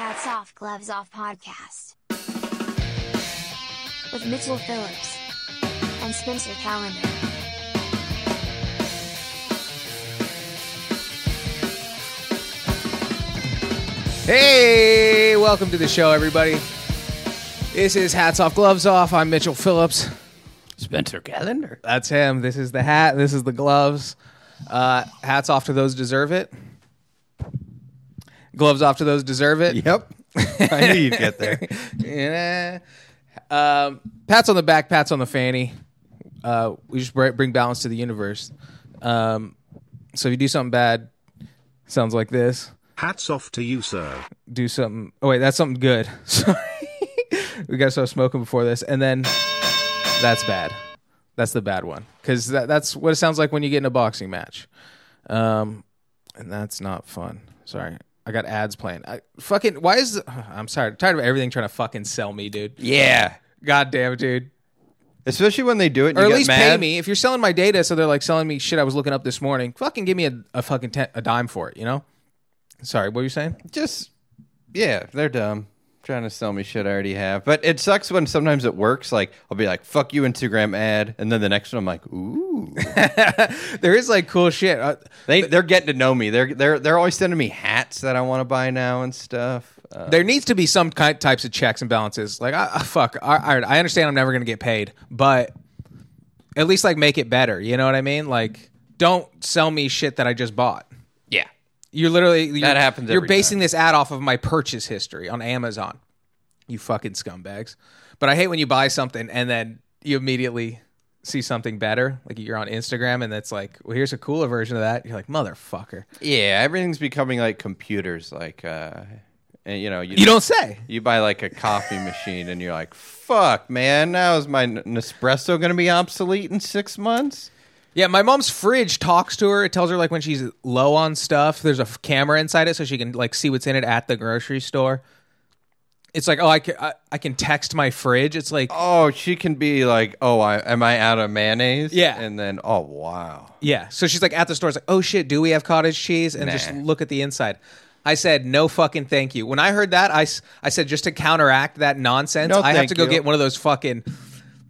off gloves off podcast with Mitchell Phillips and Spencer Calendar. Hey, welcome to the show, everybody. This is Hats Off, Gloves Off. I'm Mitchell Phillips. Spencer Calendar. That's him. This is the hat. This is the gloves. Uh, hats off to those who deserve it. Gloves off to those who deserve it. Yep. I knew you'd get there. Yeah. Um, pats on the back, pats on the fanny. Uh, we just br- bring balance to the universe. Um, so if you do something bad, sounds like this. Hats off to you, sir. do something. Oh wait, that's something good. Sorry, we gotta stop smoking before this, and then that's bad. That's the bad one because that, that's what it sounds like when you get in a boxing match, um, and that's not fun. Sorry, I got ads playing. I fucking why is I'm sorry, tired of everything trying to fucking sell me, dude. Yeah. God damn, dude. Especially when they do it and Or you at get least mad. pay me if you're selling my data. So they're like selling me shit I was looking up this morning. Fucking give me a, a fucking ten, a dime for it, you know. Sorry, what were you saying? Just, yeah, they're dumb. Trying to sell me shit I already have. But it sucks when sometimes it works. Like, I'll be like, fuck you, Instagram ad. And then the next one, I'm like, ooh. There is like cool shit. Uh, they, they're getting to know me. They're, they're, they're always sending me hats that I want to buy now and stuff. Uh, there needs to be some kind types of checks and balances. Like, I, I- fuck, I, I, I understand I'm never gonna get paid, but at least like make it better. You know what I mean? Like, don't sell me shit that I just bought. yeah. You're literally you're, That happens You're every basing this ad off of my purchase history on Amazon. You fucking scumbags. But I hate when you buy something and then you immediately see something better. Like you're on Instagram and it's like, well, here's a cooler version of that. You're like, motherfucker. Yeah. Everything's becoming like computers. Like, uh, and, you know, you, You don't say. You buy like a coffee machine and you're like, fuck, man, now is my N- Nespresso going to be obsolete in six months? Yeah, my mom's fridge talks to her. It tells her like when she's low on stuff. There's a f- camera inside it, so she can like see what's in it at the grocery store. It's like, oh, I can I, I can text my fridge. It's like, Oh, she can be like, oh, I, am I out of mayonnaise? Yeah. And then, oh, wow. yeah. So she's like at the store. It's like, oh shit, do we have cottage cheese? And just Nah. look at the inside. I said no fucking thank you. When I heard that, I, s- I said just to counteract that nonsense, No I have thank to go you. get one of those fucking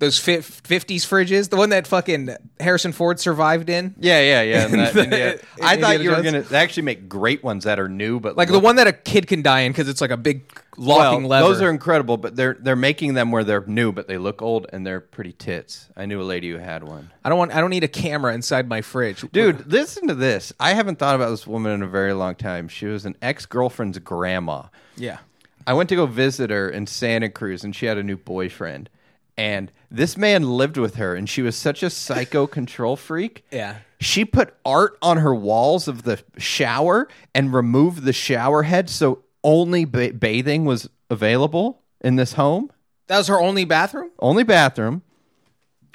those fi- 50s fridges, the one that fucking Harrison Ford survived in. Yeah, yeah, yeah. and that- and yeah. I Indiana thought you were Jones? going to actually make great ones that are new, but like the look- one that a kid can die in because it's like a big well, locking lever. those are incredible, but they're they're making them where they're new, but they look old and they're pretty tits. I knew a lady who had one. I don't want. I don't need a camera inside my fridge, Dude, listen to this. I haven't thought about this woman in a very long time. She was an ex girlfriend's grandma. Yeah, I went to go visit her in Santa Cruz, and she had a new boyfriend. And this man lived with her, and she was such a psycho control freak. Yeah. She put art on her walls of the shower and removed the shower head so only ba- bathing was available in this home. that was her only bathroom. Only bathroom,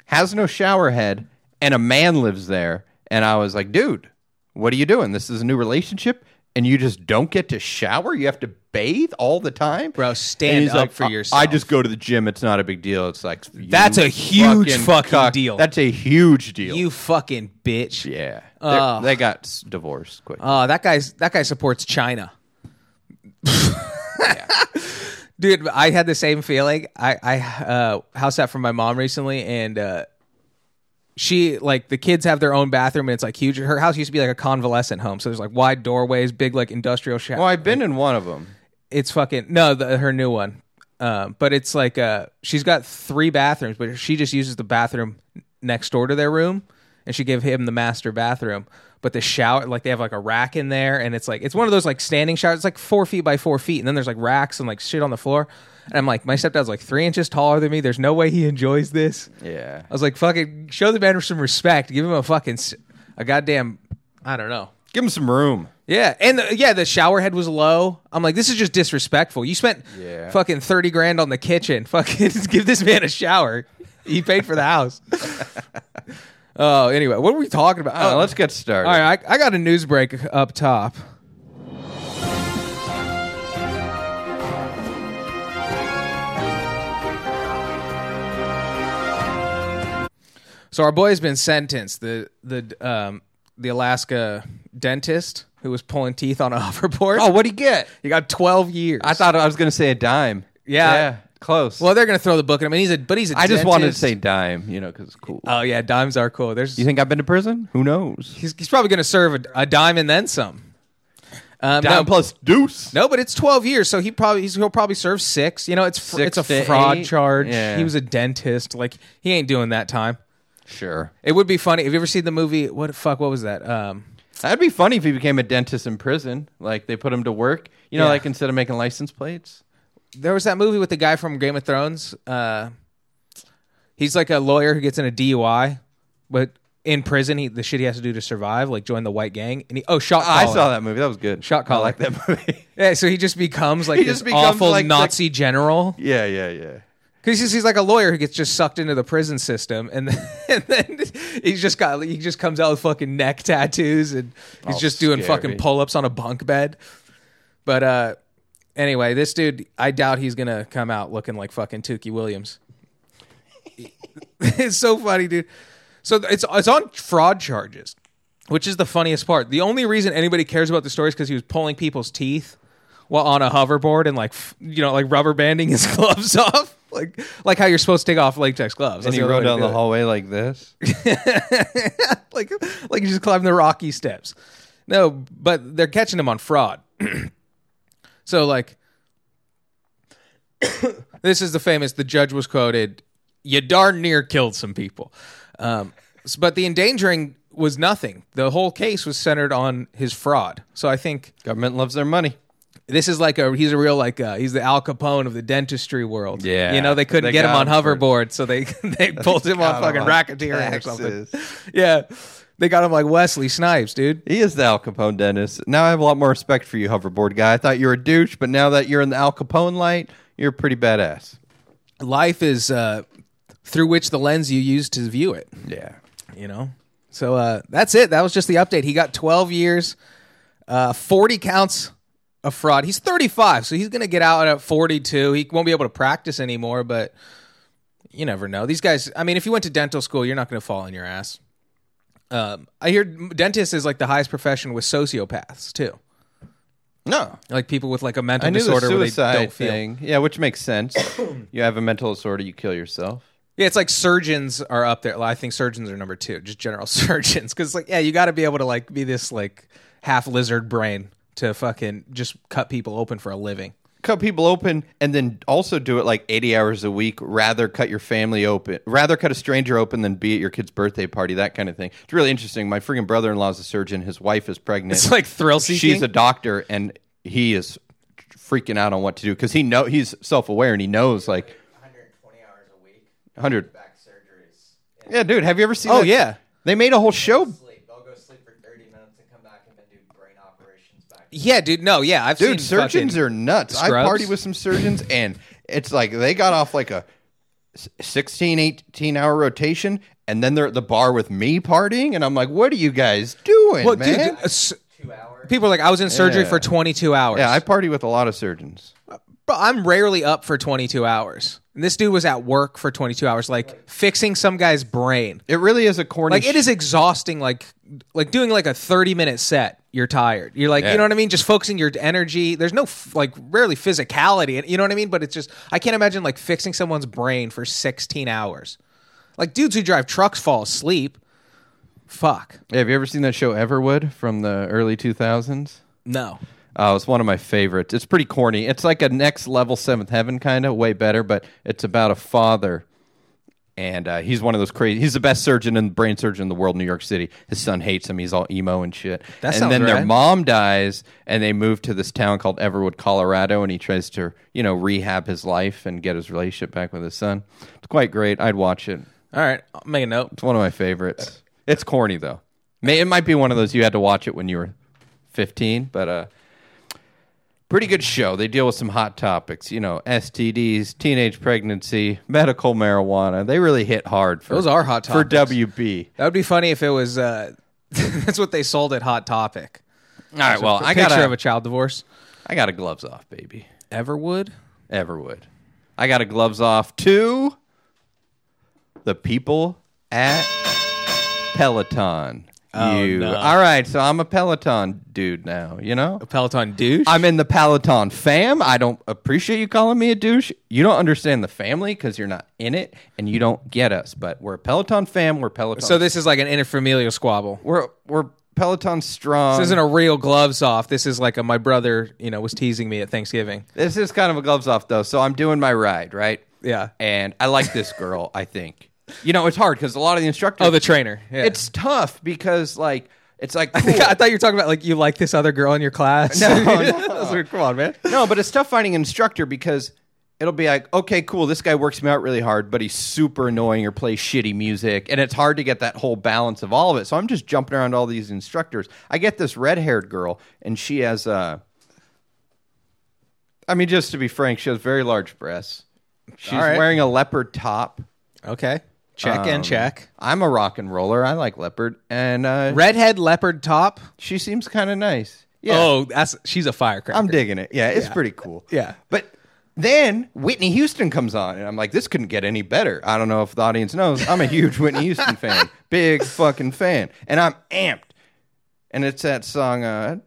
has no shower head, and a man lives there. And I was like, dude, what are you doing? This is a new relationship, and you just don't get to shower? You have to bathe all the time? Bro, And stand he's up like, for "I- yourself." I just go to the gym. It's not a big deal. It's like, "You That's a huge fucking cuck. deal. That's a huge deal. You fucking bitch. yeah. Ugh. They're- They got s- divorced quick. Oh, that guy's that guy supports China. Dude, I had the same feeling. I I uh, house sat for my mom recently, and uh, she like the kids have their own bathroom, and it's like huge. Her house used to be like a convalescent home, so there's like wide doorways, big like industrial shower. well, I've been in one of them. it's fucking no the, her new one um, but it's like uh, she's got three bathrooms but she just uses the bathroom next door to their room and she gave him the master bathroom but the shower like they have like a rack in there and it's like it's one of those like standing showers it's like four feet by four feet and then there's like racks and like shit on the floor and i'm like my stepdad's like three inches taller than me there's no way he enjoys this Yeah. i was like fucking show the man some respect give him a fucking s- a goddamn i don't know Give him some room. yeah, and the, yeah, the shower head was low. I'm like, this is just disrespectful. You spent Yeah. fucking thirty grand on the kitchen. Fucking give this man a shower. He paid for the house. Oh, anyway, what were we talking about? Uh, Oh, let's get started. All right, I, I got a news break up top. So our boy's been sentenced. The the um the Alaska dentist who was pulling teeth on a hoverboard. Oh, what'd he get? he got 12 years. I thought I was going to say a dime. Yeah. close. Well, they're gonna throw the book at him, and he's a but he's a. I just wanted dentist. to say dime, you know, because it's cool. Oh yeah, dimes are cool. There's you think I've been to prison? Who knows? he's, he's probably gonna serve a, a dime and then some. Um, Dime no, plus deuce. no, but it's 12 years, so he probably he's, he'll probably serve six. You know, it's fr- Six it's a to fraud eight? charge. Yeah. He was a dentist. Like he ain't doing that time. Sure. It would be funny. Have you ever seen the movie? What fuck? What was that? Um, That'd be funny if he became a dentist in prison. Like they put him to work. You know, Yeah. like instead of making license plates. there was that movie with the guy from Game of Thrones. Uh, he's like a lawyer who gets in a DUI, but in prison, he the shit he has to do to survive, like join the white gang. And he oh shot. I caller. saw that movie. That was good. Shot I caller. like that movie. Yeah, so he just becomes like He this just becomes, awful like, the- Nazi general. yeah, yeah, yeah. Because he's, he's like a lawyer who gets just sucked into the prison system, and then, and then he's just got he just comes out with fucking neck tattoos, and he's Oh, just doing scary. fucking pull ups on a bunk bed. But uh, anyway, this dude, I doubt he's gonna come out looking like fucking Tukey Williams. it's so funny, dude. So th- it's it's on fraud charges, which is the funniest part. The only reason anybody cares about the story is because he was pulling people's teeth while on a hoverboard and like f- you know like rubber banding his gloves off, like like how you're supposed to take off latex gloves. That's And he the only way rode to down do the it. hallway like this. like like he just climbed the rocky steps. No, but they're catching him on fraud. so like this is the famous the judge was quoted you darn near killed some people um, s- but the endangering was nothing the whole case was centered on his fraud so i think Government loves their money. this is like a he's a real like uh he's the al capone of the dentistry world Yeah. you know they couldn't They get him got on him for- hoverboard so they they pulled him on got fucking him on racketeering or something taxes. yeah they got him like wesley snipes dude He is the Al Capone dentist. Now I have a lot more respect for you, hoverboard guy. I thought you were a douche, but now that you're in the Al Capone light, you're pretty badass. life is uh through which the lens you use to view it Yeah. you know so uh that's it that was just the update he got 12 years uh 40 counts of fraud he's 35 so he's gonna get out at 42 he won't be able to practice anymore but you never know these guys i mean if you went to dental school you're not gonna fall on your ass um i hear dentist is like the highest profession with sociopaths too No, like people with like a I mental knew the disorder where they suicide don't feel thing. Yeah, which makes sense. you have a mental disorder, you kill yourself. Yeah, it's like surgeons are up there. Well, I think surgeons are number two, just general surgeons, because like, yeah, you got to be able to like be this like half lizard brain to fucking just cut people open for a living. Cut people open, and then also do it like 80 hours a week. Rather cut your family open, rather cut a stranger open than be at your kid's birthday party. That kind of thing. It's really interesting. My freaking brother-in-law is a surgeon. His wife is pregnant. It's like thrill seeking. she's a doctor and he is freaking out on what to do because he know he's self-aware and he knows like 100 yeah dude have you ever seen Oh, that- yeah. they made a whole show sleep. They'll go sleep for 30 minutes and come back and then do brain operations back. yeah, dude. No, yeah, I've seen dude surgeons fucking- are nuts i scrubs. party with some surgeons and it's like they got off like a s- 16 18 hour rotation and then they're at the bar with me partying and i'm like what are you guys doing well, dude. man dude, a s- Two hours. people are like, I was in surgery Yeah. for twenty two hours. yeah i party with a lot of surgeons Bro, I'm rarely up for twenty two hours. And this dude was at work for twenty two hours, like fixing some guy's brain. it really is a corny like it is exhausting like like doing like a 30 minute set you're tired you're like Yeah. you know what i mean just focusing your energy there's no f- like rarely physicality you know what i mean but it's just i can't imagine like fixing someone's brain for 16 hours like dudes who drive trucks fall asleep fuck Yeah, have you ever seen that show Everwood from the early 2000s? no Uh, it's one of my favorites. It's pretty corny. It's like a next level Seventh Heaven kind of, way better, but it's about a father. And uh, he's one of those crazy. He's the best surgeon and brain surgeon in the world, in New York City. His son hates him. He's all emo and shit. That and sounds then their rad. mom dies, and they move to this town called Everwood, Colorado. And he tries to, you know, rehab his life and get his relationship back with his son. It's quite great. I'd watch it. all right i'll make a note It's one of my favorites. It's corny though. May it might be one of those you had to watch it when you were fifteen, but uh pretty good show. They deal with some hot topics, you know, STDs, teenage pregnancy, medical marijuana. They really hit hard for Those are hot for topics. WB. that would be funny if it was uh that's what they sold at hot topic All right, well I picture got of a a, child divorce I got a gloves off, baby. everwood Everwood. I got a gloves off to the people at Peloton. Oh, you. no. All right, so I'm a Peloton dude now, you know? A Peloton douche. I'm in the Peloton fam. I don't appreciate you calling me a douche. You don't understand the family because you're not in it and you don't get us. But we're a Peloton fam. We're Peloton. so this is like an interfamilial squabble. we're we're Peloton strong. This isn't a real gloves off. This is like a my brother, you know, was teasing me at Thanksgiving. This is kind of a gloves off though. So I'm doing my ride, right? Yeah. And I like this girl. I think you know it's hard because a lot of the instructors. Oh, the trainer. Yeah. It's tough because like it's like I think- cool. I thought you were talking about like you like this other girl in your class. No, no. That's weird. come on, man. no, but it's tough finding an instructor because it'll be like, okay, cool, this guy works me out really hard, but he's super annoying or plays shitty music, and it's hard to get that whole balance of all of it. So I'm just jumping around all these instructors. I get this red haired girl, and she has uh I mean, just to be frank, she has very large breasts. She's right. wearing a leopard top. Okay, check Um, and check. I'm a rock and roller. I like leopard, and uh, Redhead leopard top. she seems kind of nice. Yeah. Oh, that's she's a firecracker. I'm digging it. Yeah, it's pretty cool. Yeah. But then Whitney Houston comes on, and I'm like, this couldn't get any better. I don't know if the audience knows. I'm a huge Whitney Houston fan, big fucking fan, and I'm amped. And it's that song, uh,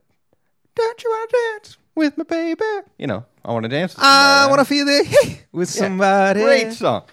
Don't You Wanna Dance with My Baby? You know, I Wanna Dance. with I somebody. want to feel it with Yeah. somebody. Great song.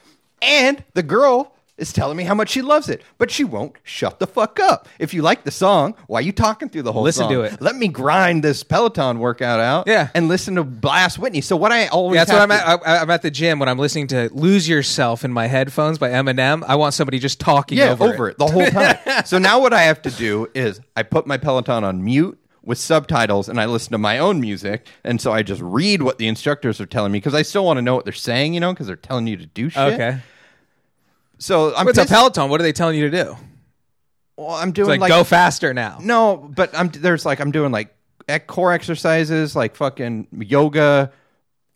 And the girl is telling me how much she loves it, but she won't shut the fuck up. If you like the song, why are you talking through the whole Listen song? to it. Let me grind this Peloton workout out Yeah. and listen to Blast Whitney. So what I always Yeah, that's what have I'm at. to- I, I'm at the gym when I'm listening to "Lose Yourself" in my headphones by Eminem. I want somebody just talking yeah, over, it. the whole time. so now what I have to do is I put my Peloton on mute with subtitles and I listen to my own music and so I just read what the instructors are telling me because I still want to know what they're saying, you know, because they're telling you to do shit. Okay, So I'm But it's a pissed- Peloton. What are they telling you to do? well, I'm It's doing like, like go faster now. No, but I'm there's like I'm doing like ec- core exercises, like fucking yoga.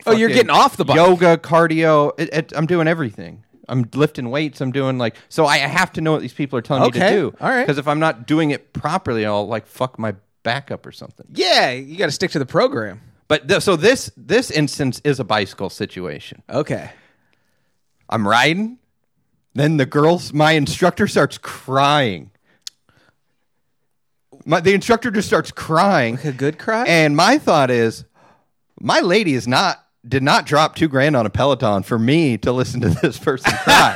Oh, you're fucking getting off the bike. yoga, cardio. It, it, I'm doing everything. I'm lifting weights. I'm doing like so. I have to know what these people are telling me Okay, to do. all right. Because if I'm not doing it properly, I'll like fuck my back up or something. Yeah, you got to stick to the program. But th- so this this instance is a bicycle situation. Okay. I'm riding. Then the girls, my instructor starts crying. My, the instructor just starts crying. A good cry? And my thought is, my lady is not did not drop two grand on a Peloton for me to listen to this person cry.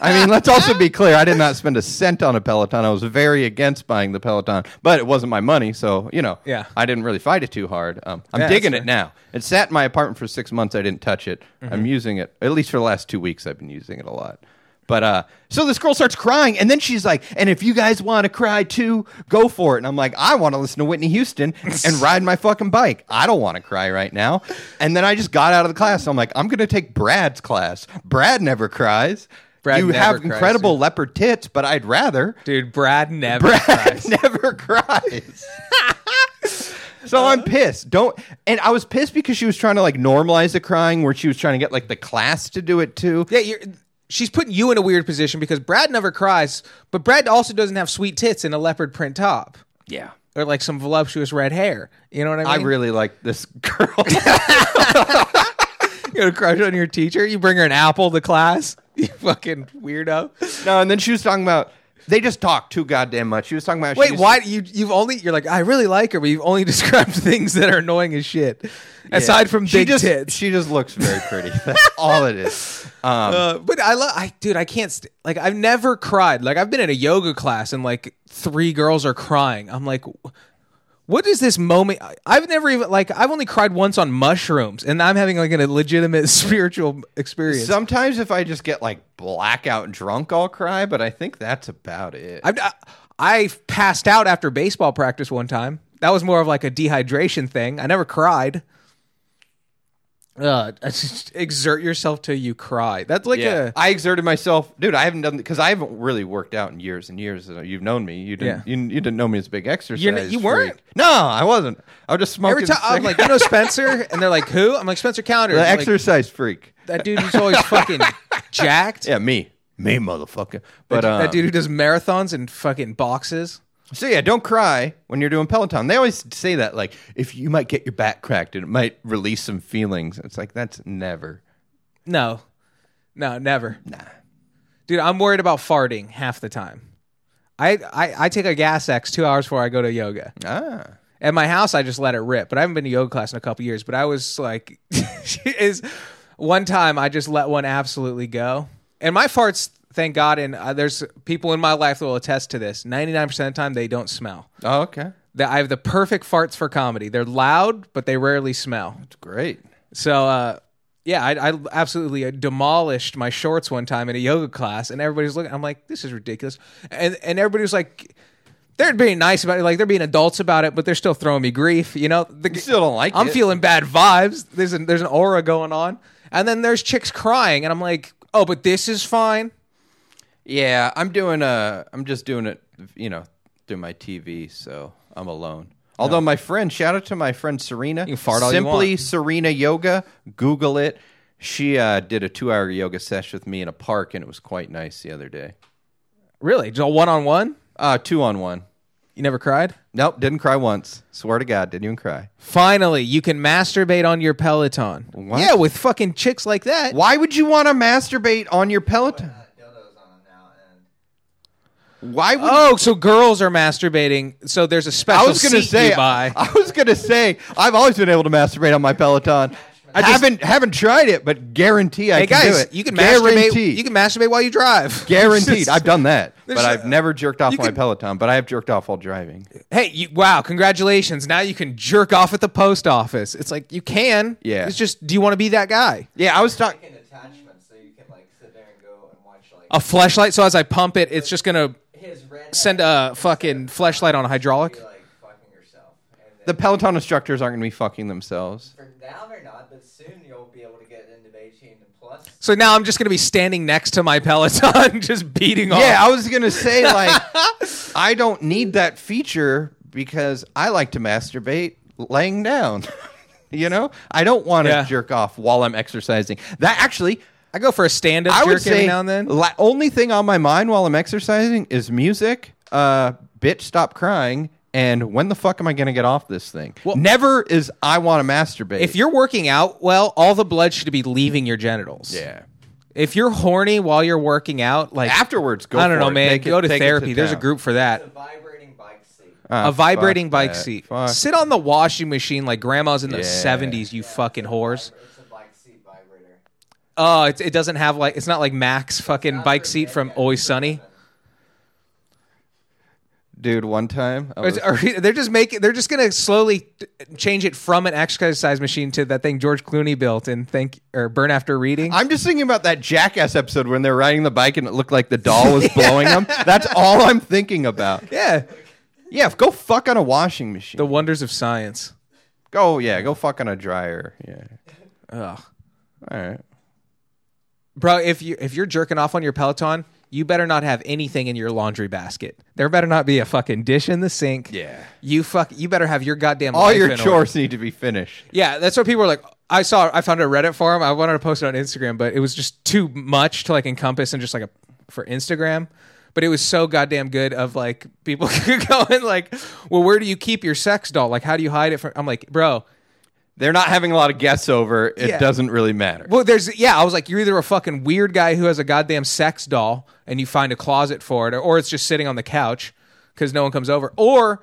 I mean, let's also be clear. I did not spend a cent on a Peloton. I was very against buying the Peloton, but it wasn't my money, so you know, Yeah. I didn't really fight it too hard. Um, I'm Yeah, digging that's it now. It sat in my apartment for six months. I didn't touch it. Mm-hmm. I'm using it at least for the last two weeks. I've been using it a lot. But uh, so this girl starts crying, and then she's like, "And if you guys want to cry too, go for it." And I'm like, "I want to listen to Whitney Houston and ride my fucking bike. I don't want to cry right now." And then I just got out of the class. I'm like, "I'm gonna take Brad's class. Brad never cries. Brad you never have cries, incredible leopard tits, but I'd rather Dude, Brad never Brad cries. never cries. so I'm pissed. Don't and I was pissed because she was trying to like normalize the crying where she was trying to get like the class to do it too. Yeah, you're, she's putting you in a weird position because Brad never cries, but Brad also doesn't have sweet tits and a leopard print top Yeah. or like some voluptuous red hair. You know what I mean? I really like this girl. you gonna crush on your teacher. You bring her an apple to class. You fucking weirdo. no, and then she was talking about they just talk too goddamn much. She was talking about she Wait, was- why you you've only you're like I really like her, but you've only described things that are annoying as shit. Aside from she big just, tits, She just looks very pretty. That's all it is. Um, Uh, but I love, I dude, I can't. St- like, I've never cried. Like, I've been in a yoga class and like three girls are crying. I'm like, wh- what is this moment? I- I've never even like I've only cried once on mushrooms, and I'm having like a legitimate spiritual experience. sometimes if I just get like blackout drunk, I'll cry, but I think that's about it. I've, I I passed out after baseball practice one time. That was more of like a dehydration thing. I never cried. Uh, just exert yourself till you cry. That's like a I exerted myself, dude. I haven't done because I haven't really worked out in years and years. and You've known me. You didn't. Yeah. You, you didn't know me as a big exercise. You're n- you freak. weren't? No, I wasn't. I was just smoking. Every time I'm like, you know Spencer, and they're like, who? I'm like Spencer Calendar. the And they're like, exercise freak. that dude who's always fucking jacked. Yeah, me, me, motherfucker. But that, uh, that dude who does marathons and fucking boxes. So yeah, don't cry when you're doing Peloton. They always say that, like, if you might get your back cracked and it might release some feelings. It's like that's never. No, no, never. Nah, dude, I'm worried about farting half the time. I, I, I take a gas X two hours before I go to yoga. Ah. At my house, I just let it rip. But I haven't been to yoga class in a couple years. But I was like, is one time I just let one absolutely go, and my farts, thank God. And uh, there's people in my life that will attest to this. Ninety nine percent of the time, they don't smell. Oh, okay. That I have the perfect farts for comedy. They're loud, but they rarely smell. It's great. So uh, yeah, I, I absolutely uh, demolished my shorts one time in a yoga class, and everybody's looking. I'm like, this is ridiculous, and and everybody was like. They're being nice about it, like they're being adults about it, but they're still throwing me grief. You know, the, You still don't like I'm it. feeling bad vibes. There's an, there's an aura going on, and then there's chicks crying, and I'm like, oh, but this is fine. Yeah, I'm doing uh I'm just doing it, you know, through my TV, so I'm alone. Although my friend, shout out to my friend Serena. can fart all you Simply want. Serena Yoga. Google it. She uh, did a two-hour yoga session with me in a park, and it was quite nice the other day. Really, just one on one. Uh, two on one. You never cried. Nope, didn't cry once. Swear to God, didn't even cry. Finally, you can masturbate on your Peloton. What? Yeah, with fucking chicks like that. Why would you want to masturbate on your Peloton? Dildos on them now, and Why would Oh, so girls are masturbating. So there's a special I was gonna seat say you buy. I was gonna say I've always been able to masturbate on my Peloton. I just- haven't haven't tried it, but guarantee I hey can guys, do it. you can guarantee, masturbate. You can masturbate while you drive. guaranteed. I've done that, but There's- I've never jerked off you my can- Peloton. But I have jerked off while driving. hey, you, wow! Congratulations. Now you can jerk off at the post office. It's like you can. Yeah. It's just, do you want to be that guy? Yeah, I was talking. an attachment, so you can like sit there and go and watch like A flashlight. So as I pump it, it's just gonna his red. send a fucking flashlight on a hydraulic. Be like fucking yourself. And then The Peloton instructors aren't gonna be fucking themselves. for now they're not, but soon you'll be able to get into 18 and plus. So now I'm just gonna be standing next to my Peloton, just beating off. Yeah, I was gonna say like I don't need that feature because I like to masturbate laying down. you know, I don't want to Yeah. jerk off while I'm exercising. That actually, I go for a stand-up I jerk would say every now and then. La- only thing on my mind while I'm exercising is music. Uh, bitch, stop crying. And when the fuck am I gonna get off this thing? Well- Never is I want to masturbate. If you're working out well, all the blood should be leaving your genitals. yeah. If you're horny while you're working out, like Afterwards, go I don't for know, it. man. Take it- go to take it to therapy. There's a town. group for The that. vibrating bike seat. Ah, a vibrating fuck bike that. seat. Fuck Sit on the washing machine like grandma's in the Yeah. 70s, you fucking whores. It's a bike seat vibrator. Oh, it, it doesn't have like, it's not like Max fucking bike seat from Always Sunny. dude. One time, I Or it's- was- or they're just making, they're just going to slowly t- change it from an exercise machine to that thing George Clooney built and think, or Burn After Reading. I'm just thinking about that Jackass episode when they're riding the bike and it looked like the doll was blowing them. That's all I'm thinking about. yeah. Yeah, go fuck on a washing machine. The wonders of science. go, yeah, go fuck on a dryer. Yeah. Ugh. All right. Bro, if you if you're jerking off on your Peloton, you better not have anything in your laundry basket. There better not be a fucking dish in the sink. Yeah. You fuck you better have your goddamn All life your in order. chores need to be finished. Yeah, that's what people were like. I saw I found a Reddit forum. I wanted to post it on Instagram, but it was just too much to like encompass and just like a for Instagram. But it was so goddamn good of like people going like, well, where do you keep your sex doll? Like, how do you hide it from? I'm like, bro, They're not having a lot of guests over. It Yeah. doesn't really matter. Well, there's yeah. I was like, you're either a fucking weird guy who has a goddamn sex doll and you find a closet for it, or, or it's just sitting on the couch because no one comes over, or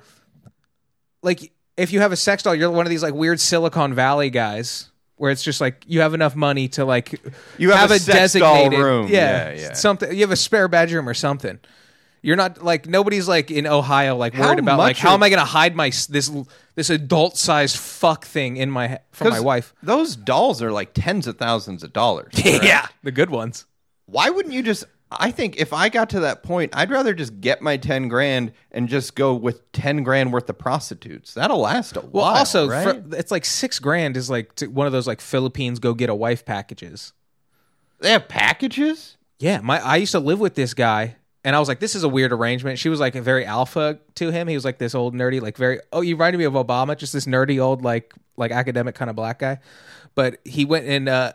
like if you have a sex doll, you're one of these like weird Silicon Valley guys where it's just like you have enough money to like You have a sex doll designated- room. yeah, Yeah, yeah. something. You have a spare bedroom or something. You're not like nobody's like in Ohio like How worried about like much how are- am I going to hide my s- this this adult sized fuck thing in my from my 'Cause wife. Those dolls are like tens of thousands of dollars. right? the good ones. Why wouldn't you just? I think if I got to that point, I'd rather just get my ten grand and just go with ten grand worth of prostitutes. That'll last a Well, while. also, right? for, it's like six grand is like to one of those like Philippines go get a wife packages. They have packages? Yeah, my I used to live with this guy, and I was like, this is a weird arrangement. She was like very alpha to him. He was like this old nerdy, like very oh, you reminded me of Obama, just this nerdy old like like academic kind of black guy. But he went and uh,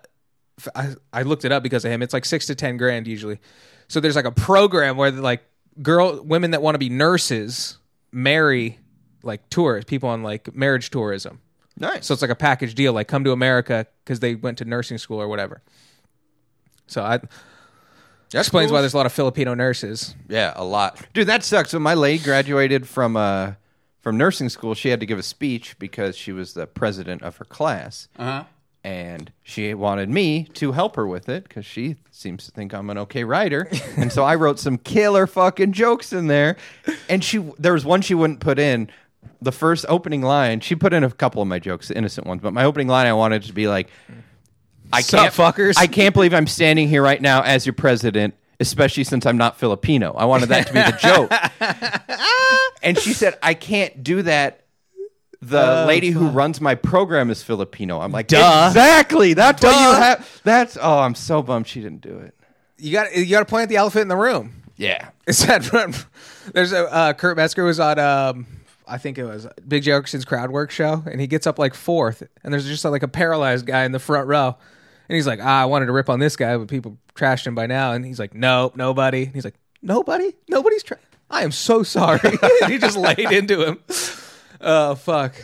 f- I I looked it up because of him. It's like six to ten grand usually. So there's like a program where like girl women that want to be nurses marry like tourists, people on like marriage tourism. Nice. So it's like a package deal, like come to America because they went to nursing school or whatever. So I, That's Explains cool. why there's a lot of Filipino nurses. Yeah, a lot, dude. That sucks. When my lady graduated from uh from nursing school, she had to give a speech because she was the president of her class, uh-huh. and she wanted me to help her with it because she seems to think I'm an okay writer, and so I wrote some killer fucking jokes in there, and she there was one she wouldn't put in. The first opening line, she put in a couple of my jokes, the innocent ones, but my opening line I wanted to be like, I Sup, can't fuckers? I can't believe I'm standing here right now as your president, especially since I'm not Filipino. I wanted that to be the joke. and she said, "I can't do that." The lady who runs my program is Filipino. I'm like, Oh, Duh. exactly. That's what Duh. you have. That's oh, I'm so bummed she didn't do it. You got you got to point at the elephant in the room. Yeah, It's that there's a uh, Kurt Metzger was on um I think it was Big Jefferson's crowd work show and he gets up like fourth and there's just like a paralyzed guy in the front row and he's like ah, I wanted to rip on this guy but people trashed him by now and he's like nope nobody and he's like nobody nobody's tra- I am so sorry And he just laid into him oh fuck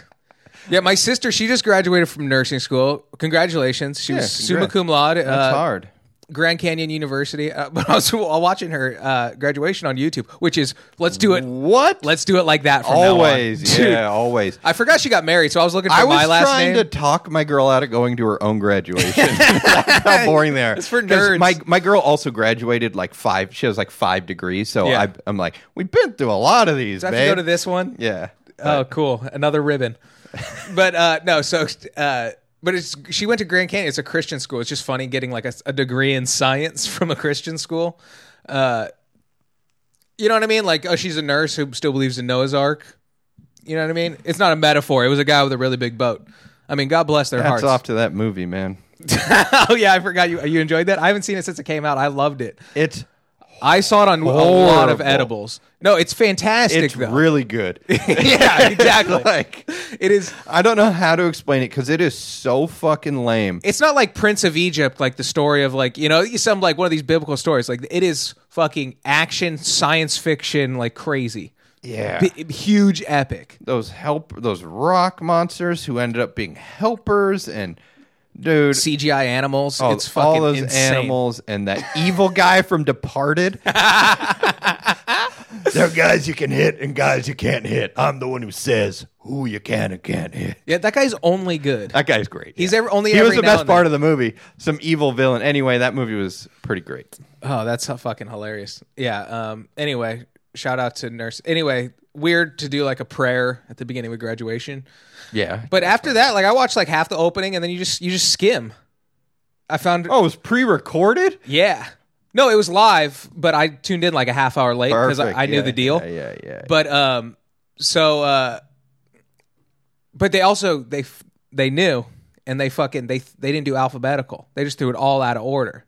yeah my sister she just graduated from nursing school congratulations she was summa congrats. cum laude that's uh, hard. Grand Canyon University, uh, but I was while watching her uh, graduation on YouTube, which is let's do it. What? Let's do it like that. From now on. always, Dude, yeah, always. I forgot she got married, so I was looking for I my was last trying name. to talk my girl out of going to her own graduation. That's how boring they are. It's for 'Cause nerds. My my girl also graduated like five. She has like five degrees. So Yeah. I, I'm like, we've been through a lot of these. Do I have babe. to go to this one? Yeah. Oh, cool. Another ribbon. but uh, no, so uh, but it's she went to Grand Canyon. It's a Christian school. It's just funny getting like a, a degree in science from a Christian school. Uh, you know what I mean? Like, oh, she's a nurse who still believes in Noah's Ark. You know what I mean? It's not a metaphor. It was a guy with a really big boat. I mean, God bless their Hats hearts. off to that movie, man. oh yeah, I forgot you. You enjoyed that? I haven't seen it since it came out. I loved it. It's I saw it on a lot of Horrible. edibles. No, it's fantastic it's though. really good. yeah, exactly. like it is. I don't know how to explain it because it is so fucking lame. it's not like Prince of Egypt, like the story of like you know some like one of these biblical stories. Like it is fucking action, science fiction, like crazy, yeah. B- huge epic. those help those rock monsters who ended up being helpers and dude CGI animals. all, it's fucking Oh, all those insane. animals and that evil guy from Departed. there are guys you can hit and guys you can't hit. I'm the one who says who you can and can't hit. Yeah, that guy's only good. That guy's great. He's ever- only he every was the now best and then. part of the movie. Some evil villain. Anyway, that movie was pretty great. Oh, that's so fucking hilarious. Yeah. Um. Anyway, shout out to nurse. Anyway, weird to do like a prayer at the beginning of graduation. Yeah, but But after that, like I watched like half the opening, and then you just you just skim. I found oh, it was pre-recorded. Yeah. No, it was live, but I tuned in like a half hour late because I, Perfect. I knew Yeah, the deal. Yeah, yeah, yeah. But um, so uh, but they also they f- they knew and they fucking they they didn't do alphabetical. They just threw it all out of order.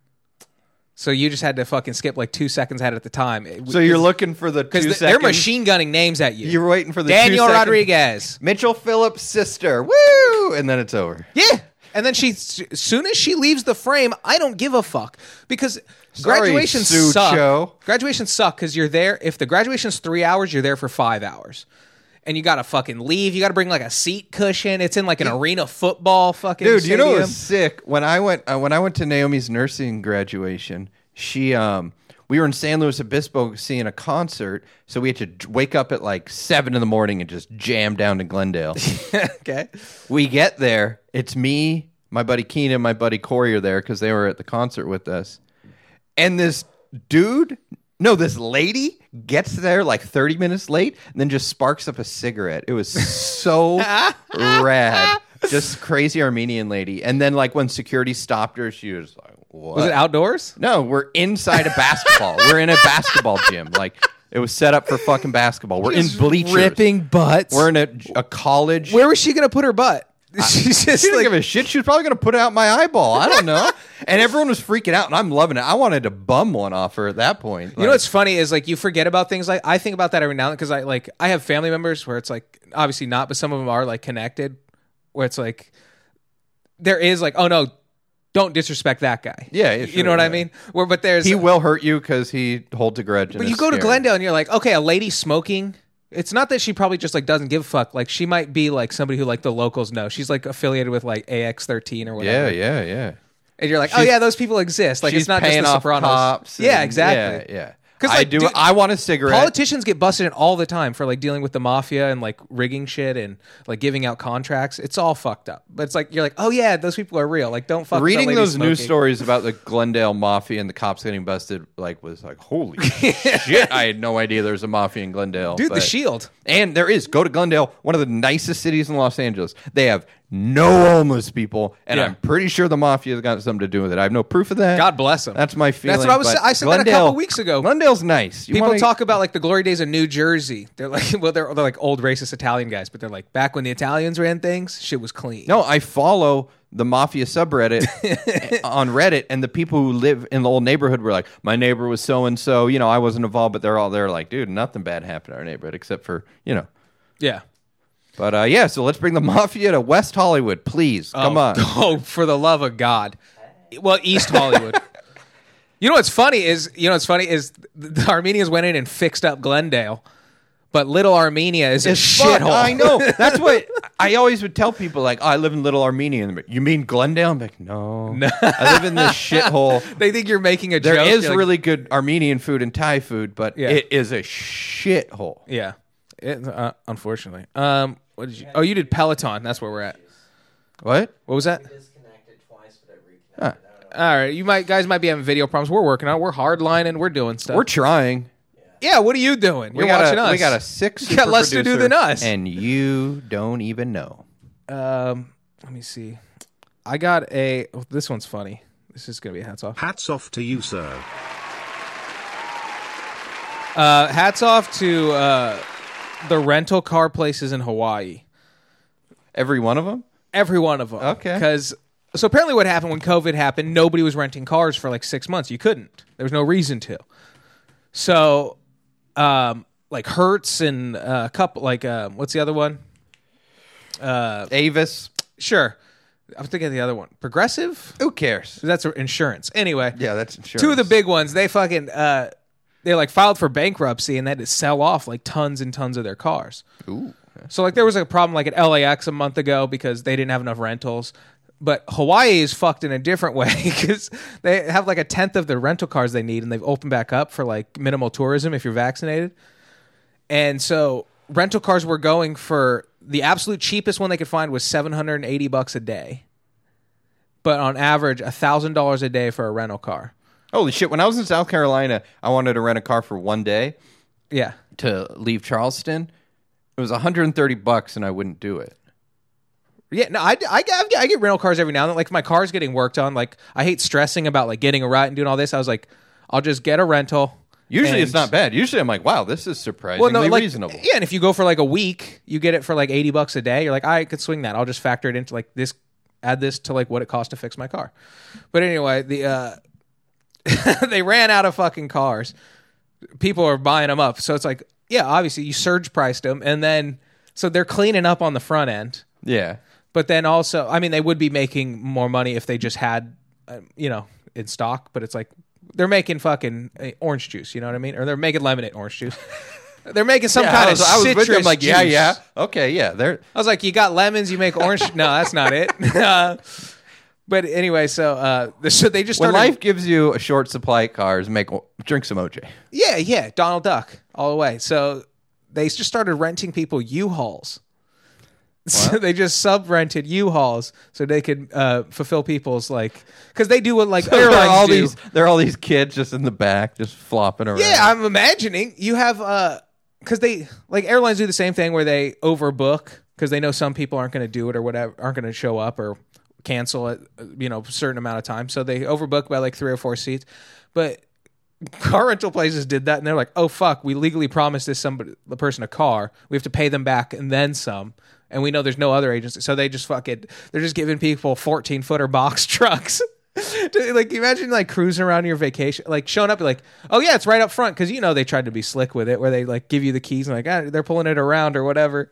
So you just had to fucking skip like two seconds ahead at the time. It- so you're looking for the two because seconds. they're machine gunning names at you. You're waiting for the two Daniel second- Rodriguez. Mitchell Phillips' sister. Woo! And then it's over. Yeah. And then she, s- soon as she leaves the frame, I don't give a fuck because Sorry, graduations Sue suck. Cho. Graduations suck because you're there. If the graduation's three hours, you're there for five hours, and you gotta fucking leave. You gotta bring like a seat cushion. It's in like an arena football fucking dude you know stadium. what's sick when i went uh, when i went to naomi's nursing graduation she um we were in san luis obispo seeing a concert so we had to j- wake up at like seven in the morning and just jam down to glendale okay. we get there it's me my buddy keenan and my buddy corey are there because they were at the concert with us and this dude no this lady gets there like 30 minutes late and then just sparks up a cigarette it was so rad just crazy armenian lady and then like when security stopped her she was like what Was it outdoors? no we're inside a basketball we're in a basketball gym like it was set up for fucking basketball we're in bleachers ripping butts. we're in a, a college Where was she gonna put her butt? She's just she didn't like give a shit. She was probably going to put out my eyeball. I don't know. and everyone was freaking out, and I'm loving it. I wanted to bum one off her at that point. You know what's funny is like you forget about things like I think about that every now and then because I like I have family members where it's like obviously not, but some of them are like connected, where it's like there is like oh no, don't disrespect that guy. Yeah, yeah, you sure, know what I yeah. mean. Where but there's he will hurt you because he holds a grudge. but you go to Glendale and you're like okay, a lady smoking. It's not that she probably just like doesn't give a fuck. Like she might be like somebody who like the locals know. She's like affiliated with like AX13 or whatever. Yeah, yeah, yeah. and you're like, oh She's- yeah, those people exist. Like She's it's not just paying the off Sopranos. cops. yeah, and- exactly. Yeah, yeah. 'Cause, I like, do. dude- I want a cigarette. Politicians get busted in all the time for like dealing with the mafia and like rigging shit and like giving out contracts. It's all fucked up. But it's like you're like, oh yeah, those people are real. Like don't fuck. with that Reading lady those news smoking. stories about the Glendale Mafia and the cops getting busted, like, was like, holy shit! I had no idea there was a mafia in Glendale. dude. The but- Shield. And there is. Go to Glendale, one of the nicest cities in Los Angeles. They have no homeless people, and Yeah. I'm pretty sure the mafia's got something to do with it. I have no proof of that. God bless 'em. That's my feeling. That's what I was- but I said that a couple weeks ago. Glendale's nice. You People wanna- talk about like the glory days of New Jersey. They're like, well, they're, they're like old racist Italian guys, but they're like back when the Italians ran things, shit was clean. No, I follow the mafia subreddit on Reddit, and the people who live in the old neighborhood were like, "My neighbor was so and so." You know, I wasn't involved, but they're all there, like, "Dude, nothing bad happened in our neighborhood except for you know." yeah. But uh, yeah, so let's bring the mafia to West Hollywood, please. Come oh, on. Oh, for the love of God. Well, East Hollywood. you know what's funny is you know what's funny is the Armenians went in and fixed up Glendale, but Little Armenia is a Fuck, shithole. I know. That's what I always would tell people. Like, oh, I live in Little Armenia. And they're like, you mean Glendale? I'm like, no, I live in this shithole. They think you're making a There joke. is You're like- really good Armenian food and Thai food, but Yeah. it is a shithole. yeah. It- uh, unfortunately, um, what did you? Oh, you did Peloton. That's where we're at. What? What was that? Disconnected twice, but it reconnected. I don't know. All right, you might guys might be having video problems. We're working on. it. We're hardlining. We're doing stuff. We're trying. yeah. What are you doing? We You're got watching a, us. We got a six. You got super less to do producer, than us. and you don't even know. Um, let me see. I got a. oh, this one's funny. This is gonna be hats off. Hats off to you, sir. Uh, hats off to uh, the rental car places in Hawaii. Every one of them. Every one of them. Okay. Because so apparently, what happened when COVID happened? Nobody was renting cars for like six months. You couldn't. There was no reason to. So, um, like Hertz and uh, a couple. Like um, what's the other one? Avis. Sure. I'm thinking of the other one. Progressive. Who cares? That's insurance. Anyway. Yeah, that's insurance. two of the big ones they fucking uh they like filed for bankruptcy and they had to sell off like tons and tons of their cars Ooh. so like there was a problem like at lax a month ago because they didn't have enough rentals but hawaii is fucked in a different way because they have like a tenth of the rental cars they need and they've opened back up for like minimal tourism if you're vaccinated and so rental cars were going for the absolute cheapest one they could find was 780 bucks a day but on average $1000 a day for a rental car Holy shit! When I was in South Carolina, I wanted to rent a car for one day. yeah to leave Charleston. It was 130 bucks, and I wouldn't do it. Yeah, no, I, I, I- I get rental cars every now and then. Like, if my car's getting worked on. Like, I hate stressing about like getting a ride and doing all this. I was like, I'll just get a rental. Usually, and- it's not bad. Usually, I'm like, wow, this is surprisingly Well, no, like, reasonable. yeah, and if you go for like a week, you get it for like eighty bucks a day. You're like, I could swing that. I'll just factor it into like this, add this to like what it costs to fix my car. But anyway, the uh, they ran out of fucking cars. People are buying them up, so it's like, yeah, obviously you surge priced them, and then so they're cleaning up on the front end. Yeah. But then also, I mean, they would be making more money if they just had, uh, you know, in stock. But it's like they're making fucking uh, orange juice. You know what I mean? Or they're making lemonade orange juice. they're making some Yeah, kind I was, of I was citrus with you. I'm like, yeah, juice. yeah, okay, yeah. There, I was like, you got lemons, you make orange. no, that's not it. Uh, but anyway, so uh, the- so they just when started. life gives you a short supply of cars, make drink some OJ. yeah, yeah, Donald Duck all the way. So they just started renting people U-Hauls. So they just sub rented U-Hauls so they could uh, fulfill people's like because they do what like There are airlines all do. these, there are all these kids just in the back, just flopping around. Yeah, I'm imagining you have uh because they like airlines do the same thing where they overbook because they know some people aren't going to do it or whatever aren't going to show up or cancel at you know a certain amount of time, so they overbook by like three or four seats, but. Car rental places did that, and they're like, "Oh fuck, we legally promised this somebody, the person a car. We have to pay them back and then some, and we know there's no other agency, so they just fucking they're just giving people 14 footer box trucks Dude, like imagine like cruising around your vacation, like showing up, like oh yeah, it's right up front because you know they tried to be slick with it, where they like give you the keys and like ah, they're pulling it around or whatever,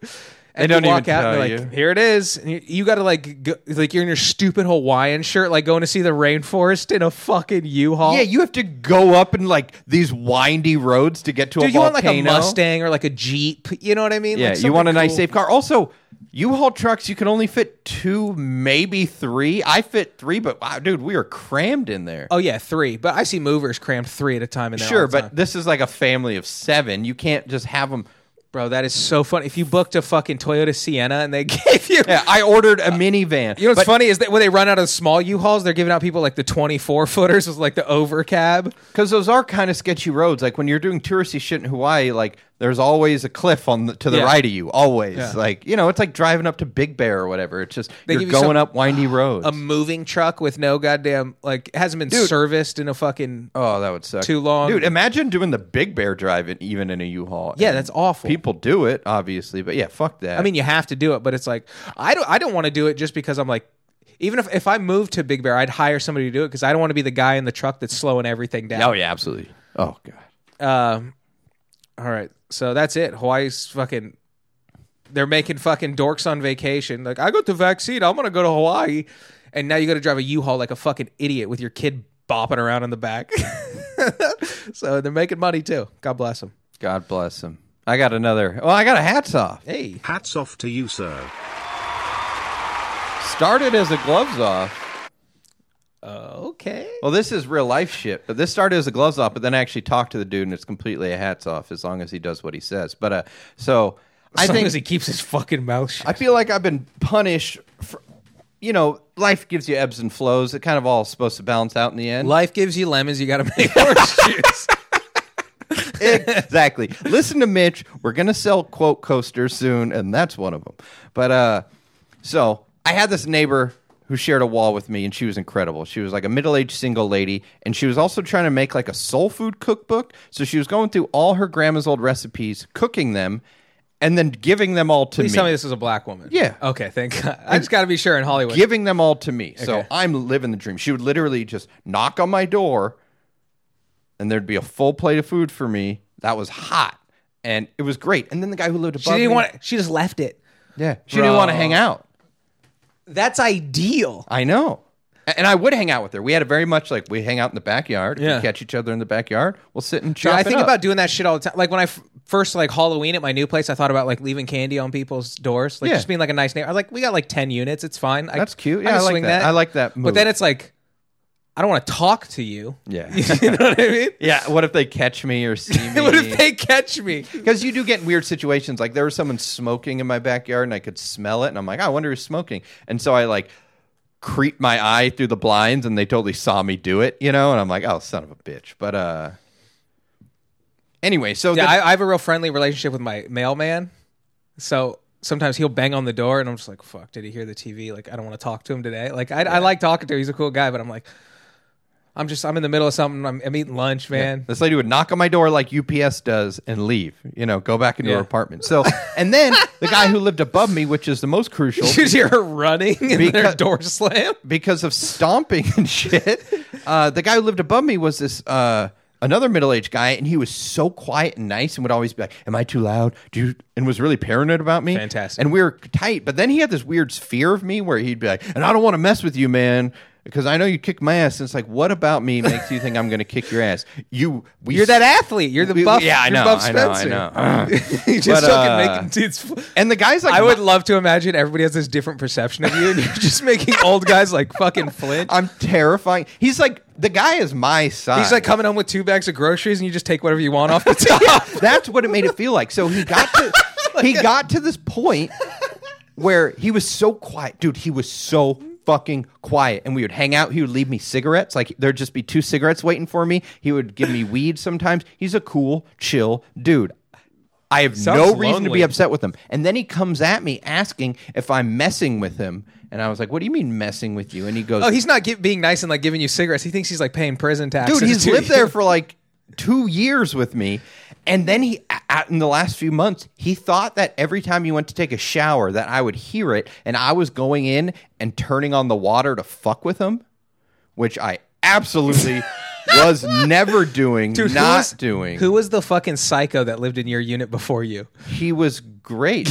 and don't you walk even out and tell they're like, you. here it is. And you, you got to like, go, like you're in your stupid Hawaiian shirt, like going to see the rainforest in a fucking U-Haul. Yeah, you have to go up and like these windy roads to get to a Dude, you want like volcano. a Mustang or like a Jeep? You know what I mean? Yeah, Like you want a something nice cool. safe car. Also, U-Haul trucks you can only fit two, maybe three. I fit three, but wow, dude, we are crammed in there. Oh yeah, three. But I see movers crammed three at a time in there. all sure, the but time. this is like a family of seven. You can't just have them. bro, that is so funny. If you booked a fucking Toyota Sienna and they gave you, Yeah, I ordered a minivan. you know what's but- funny is that when they run out of small U-Hauls, they're giving out people like the twenty-four footers with like the over cab. Because those are kind of sketchy roads. Like when you're doing touristy shit in Hawaii, like there's always a cliff on the, to the Yeah. right of you. Always, Yeah. like you know, it's like driving up to Big Bear or whatever. It's just They you're give you going some- um, up windy roads. A moving truck with no goddamn like it hasn't been serviced in a fucking. oh, that would suck. Too long. dude. Imagine doing the Big Bear drive in, even in a U-Haul. Yeah, And that's awful. People do it, obviously, but yeah, fuck that. I mean, you have to do it, but it's like I don't. I don't want to do it just because I'm like. Even if, if I moved to Big Bear, I'd hire somebody to do it because I don't want to be the guy in the truck that's slowing everything down. oh yeah, absolutely. Oh god. Um, all right, so that's it. Hawaii's fucking. They're making fucking dorks on vacation. Like I got the vaccine. I'm gonna go to Hawaii, and now you got to drive a U-Haul like a fucking idiot with your kid bopping around in the back. so they're making money too. God bless them. God bless him. I got another. Well, I got a hats off. Hey, Hats off to you, sir. Started as a gloves off. okay. Well, this is real life shit. But this started as a gloves off, but then I actually talked to the dude, and it's completely a hats off as long as he does what he says. But uh, so I As long think as he keeps his fucking mouth shut. I feel like I've been punished. For, you know, life gives you ebbs and flows. It kind of all supposed to balance out in the end. Life gives you lemons. You got to make orange juice. exactly. Listen to Mitch. We're gonna sell quote coasters soon, and that's one of them. But uh, so I had this neighbor who shared a wall with me, and she was incredible. She was like a middle-aged single lady, and she was also trying to make like a soul food cookbook. So she was going through all her grandma's old recipes, cooking them, and then giving them all to Please me. tell me this is a black woman. Yeah. Okay. Thank God. I just got to be sure in Hollywood. giving them all to me. So Okay. I'm living the dream. She would literally just knock on my door and there'd be a full plate of food for me. That was hot. And it was great. And then the guy who lived above she didn't me, want. She just left it. Yeah. She didn't want to Bro. hang out. That's ideal. I know. A- And I would hang out with her. We had a very much like we hang out in the backyard. If Yeah. we catch each other in the backyard, we'll sit and Dude, chat. I think about doing that shit all the time. Like when I f- first like Halloween at my new place, I thought about like leaving candy on people's doors, like Yeah. just being like a nice neighbor. I was like, we got like ten units, it's fine. I, That's cute. I, Yeah, can I like swing that. I like that move. But then it's like, I don't want to talk to you. Yeah. you know what I mean? Yeah, what if they catch me or see me? What if they catch me? Because you do get in weird situations. Like there was someone smoking in my backyard, and I could smell it, and I'm like, "Oh, I wonder who's smoking. And so I like creep my eye through the blinds, and they totally saw me do it, you know. And I'm like, oh, son of a bitch. But uh, anyway, so Yeah, the- I, I have a real friendly relationship with my mailman, so sometimes he'll bang on the door, and I'm just like, fuck, did he hear the TV? Like, I don't want to talk to him today. Like, I, I like talking to him. He's a cool guy, but I'm like. I'm just I'm in the middle of something. I'm, I'm eating lunch, man. This lady would knock on my door like UPS does and leave, you know, go back into her Yeah. apartment. So, and then the guy who lived above me, which is the most crucial, You hear her running and their Because- door slam. because of stomping and shit. Uh, the guy who lived above me was this uh, another middle aged guy, and he was so quiet and nice, and would always be like, "Am I too loud?" Do you? and was really paranoid about me. Fantastic. And we were tight, but then he had this weird fear of me where he'd be like, "And I don't want to mess with you, man." Because I know you kick my ass, and it's like, what about me makes you think I'm going to kick your ass? You, we, You're that athlete. You're the we- buff. yeah, I you're know, Buff I know, I Spencer. know. you just But, fucking uh, making dudes. And the guy's like, I would love to imagine everybody has this different perception of you, and you're just making old guys like fucking flinch. I'm terrifying. He's like, the guy is my size. He's like coming home with two bags of groceries, and you just take whatever you want off the top. That's what it made it feel like. So he got to he got to this point where he was so quiet, dude. He was so fucking quiet, and we would hang out. He would leave me cigarettes, like there'd just be two cigarettes waiting for me. He would give me weed sometimes. He's a cool, chill dude. I have Sounds no reason to lonely. be upset with him. And then he comes at me asking if I'm messing with him, and I was like, "What do you mean messing with you?" And he goes, oh, he's not get, being nice and like giving you cigarettes. He thinks he's like paying prison taxes. dude he's to lived you. there for like two years with me and then he a- a- in the last few months he thought that every time you went to take a shower that i would hear it and i was going in and turning on the water to fuck with him which i absolutely was never doing, Dude, who not was- doing. Who was the fucking psycho that lived in your unit before you? He was great.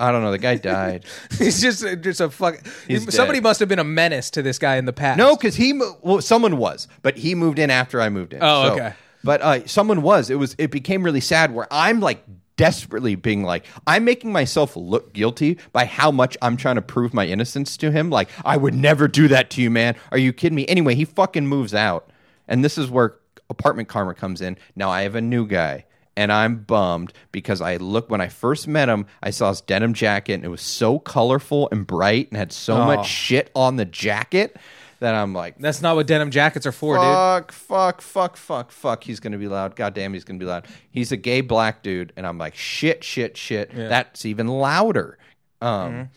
I don't know. The guy died. He's just uh, just a fuck. He's Somebody dead. must have been a menace to this guy in the past. No, because he mo- well, someone was, but he moved in after I moved in. Oh, So- okay. But uh, someone was. It was. It became really sad. Where I'm like desperately being like, I'm making myself look guilty by how much I'm trying to prove my innocence to him. Like I would never do that to you, man. Are you kidding me? Anyway, he fucking moves out, and this is where apartment karma comes in. Now I have a new guy. And I'm bummed because I look when I first met him, I saw his denim jacket and it was so colorful and bright and had so Oh. much shit on the jacket that I'm like, that's not what denim jackets are for, dude. fuck, fuck, fuck, fuck, fuck. He's gonna be loud. God damn, he's gonna be loud. He's a gay black dude, and I'm like, shit, shit, shit. That's even louder. Um,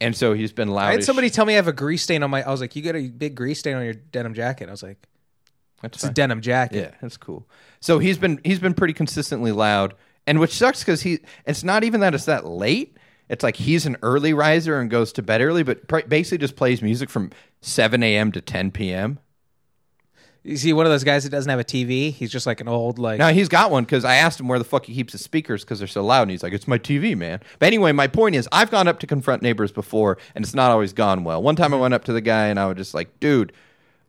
and so he's been loud. Mm-hmm. I had as somebody shit. tell me I have a grease stain on my. I was like, you got a big grease stain on your denim jacket. I was like, That's it's a fine. denim jacket. Yeah, that's cool. So he's been he's been pretty consistently loud, and which sucks because he it's not even that it's that late. It's like he's an early riser and goes to bed early, but pr- basically just plays music from seven a.m. to ten p.m. Is he one of those guys that doesn't have a TV? He's just like an old like. Now he's got one because I asked him where the fuck he keeps his speakers because they're so loud, and he's like, "It's my TV, man." But anyway, my point is, I've gone up to confront neighbors before, and it's not always gone well. One Mm-hmm. time, I went up to the guy, and I was just like, "Dude,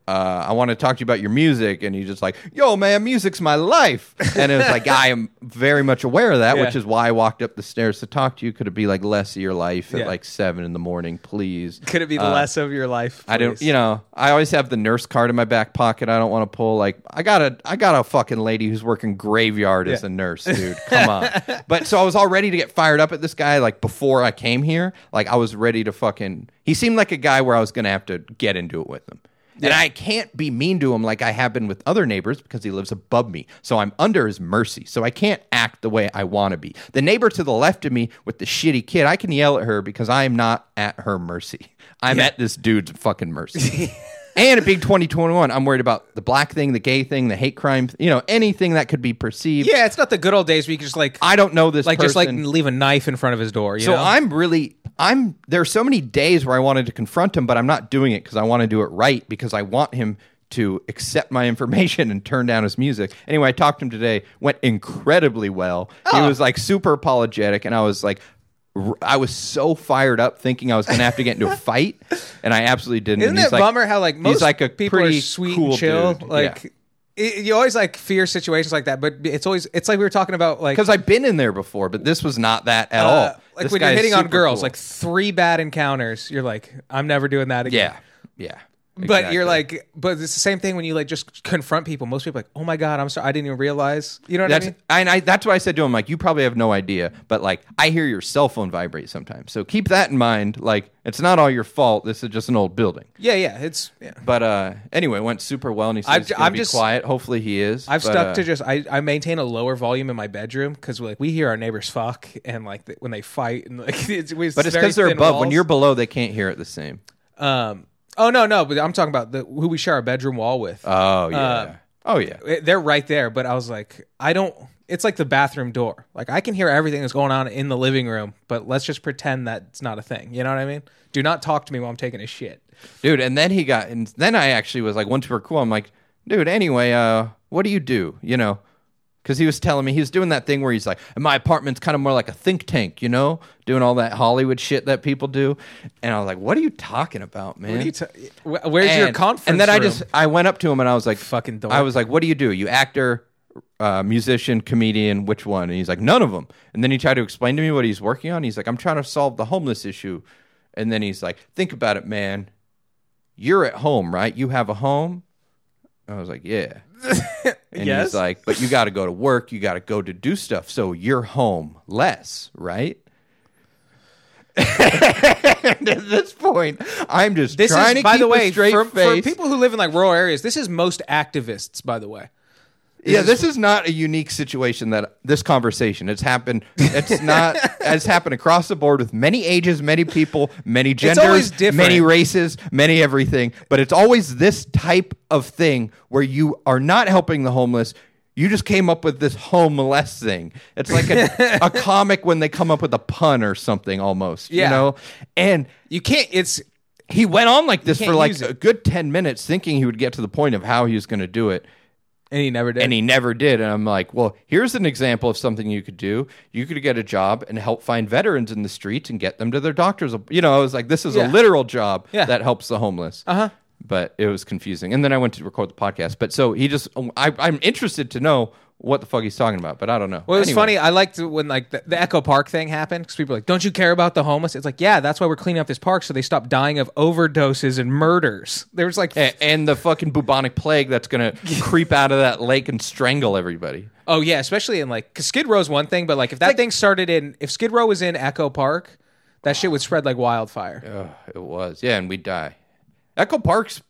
uh, I want to talk to you about your music," and he's just like, "Yo, man, music's my life," and it was like, "I am very much aware of that," Yeah. which is why I walked up the stairs to talk to you. Could it be like less of your life at Yeah. like seven in the morning, please? Uh, Could it be the less of your life? I don't, please? you know, I always have the nurse card in my back pocket. I don't want to pull like I got a I got a fucking lady who's working graveyard as Yeah. a nurse, dude. Come on. But so I was all ready to get fired up at this guy like before I came here. Like I was ready to fucking He seemed like a guy where I was going to have to get into it with him. And I can't be mean to him like I have been with other neighbors because he lives above me. So I'm under his mercy. So I can't act the way I want to be. The neighbor to the left of me with the shitty kid, I can yell at her because I am not at her mercy. I'm at this dude's fucking mercy. and it being 2021, I'm worried about the black thing, the gay thing, the hate crime, you know, anything that could be perceived. Yeah, it's not the good old days where you could just like, I don't know this like just like person. leave a knife in front of his door. You So know? I'm really I'm there are so many days where I wanted to confront him, but I'm not doing it because I want to do it right because I want him to accept my information and turn down his music. Anyway, I talked to him today, went incredibly well. Oh. He was like super apologetic, and I was like r- I was so fired up thinking I was going to have to get into a fight, and I absolutely didn't. Isn't And he's that bummer how like most he's like a people pretty are sweet cool and chill? dude. Like it- you always like fear situations like that, but it's always it's like we were talking about like because I've been in there before, but this was not that at uh, all. like This when you're guy is hitting on super girls, cool. like three bad encounters, you're like, I'm never doing that again. yeah, yeah. But exactly. you're like, but it's the same thing when you like just confront people. Most people are like, oh my god, I'm sorry, I didn't even realize. You know what That's I mean? and I, that's what I said to him. Like, you probably have no idea, but like, I hear your cell phone vibrate sometimes. So keep that in mind. Like, it's not all your fault. This is just an old building. Yeah, yeah. It's yeah. But uh, anyway, it went super well, and he I've says he's ju- gonna I'm be just- quiet. Hopefully, he is. I've but, stuck uh, to just I, I maintain a lower volume in my bedroom because like we hear our neighbors fuck and like th- when they fight and like it's, it's But it's very because they're thin above. When walls. you're below, they can't hear it the same. Um, oh no, no, but I'm talking about the who we share our bedroom wall with. Oh yeah. oh yeah. It- eh, They're right there, but I was like, I don't. It's like the bathroom door. Like I can hear everything that's going on in the living room, but let's just pretend that's not a thing. You know what I mean? Do not talk to me while I'm taking a shit. dude and then he got and then i actually was like once we're cool i'm like dude anyway uh what do you do you know because he was telling me he was doing that thing where he's like "And my apartment's kind of more like a think tank you know doing all that hollywood shit that people do and i was like what are you talking about man What are you ta- wh- Where's your And- conference? and then i room? just i went up to him and i was like Fucking dork. i was like what do you do you actor uh, musician comedian which one and he's like none of them and then he tried to explain to me what he's working on he's like i'm trying to solve the homeless issue and then he's like think about it man you're at home right you have a home i was like yeah and Yes. he's like but you got to go to work you got to go to do stuff so you're home less right and at this point i'm just This trying is, to by keep the a way, straight for, for face people who live in like rural areas, this is most activists, by the way. Yeah, this is not a unique situation that this conversation. It's happened. It's not. it's happened across the board with many ages, many people, many always genders, different. many races, many everything. But it's always this type of thing where you are not helping the homeless. You just came up with this homeless thing. It's like a, a comic when they come up with a pun or something almost. Yeah. You know, and You can't. It's he went on like this can't for like use it. a good 10 minutes thinking he would get to the point of how he was going to do it and he never did. and he never did. And I'm like, well, here's an example of something you could do. You could get a job and help find veterans in the streets and get them to their doctors. You know, I was like, this is Yeah. a literal job Yeah. Uh-huh. that helps the homeless. Uh huh. But it was confusing. And then I went to record the podcast. But so he just, um, I, I'm interested to know what the fuck he's talking about, but I don't know. well, it was Anyway. funny. I liked it when like the, the Echo Park thing happened because people were like, "Don't you care about the homeless?" It's like, yeah, that's why we're cleaning up this park so they stop dying of overdoses and murders. There was like, A- And the fucking bubonic plague that's going to creep out of that lake and strangle everybody. oh yeah, especially in like 'cause Skid Row's one thing, but like if that thing started in if Skid Row was in Echo Park, that shit would spread like wildfire. It was. Yeah, and we die. Echo Park's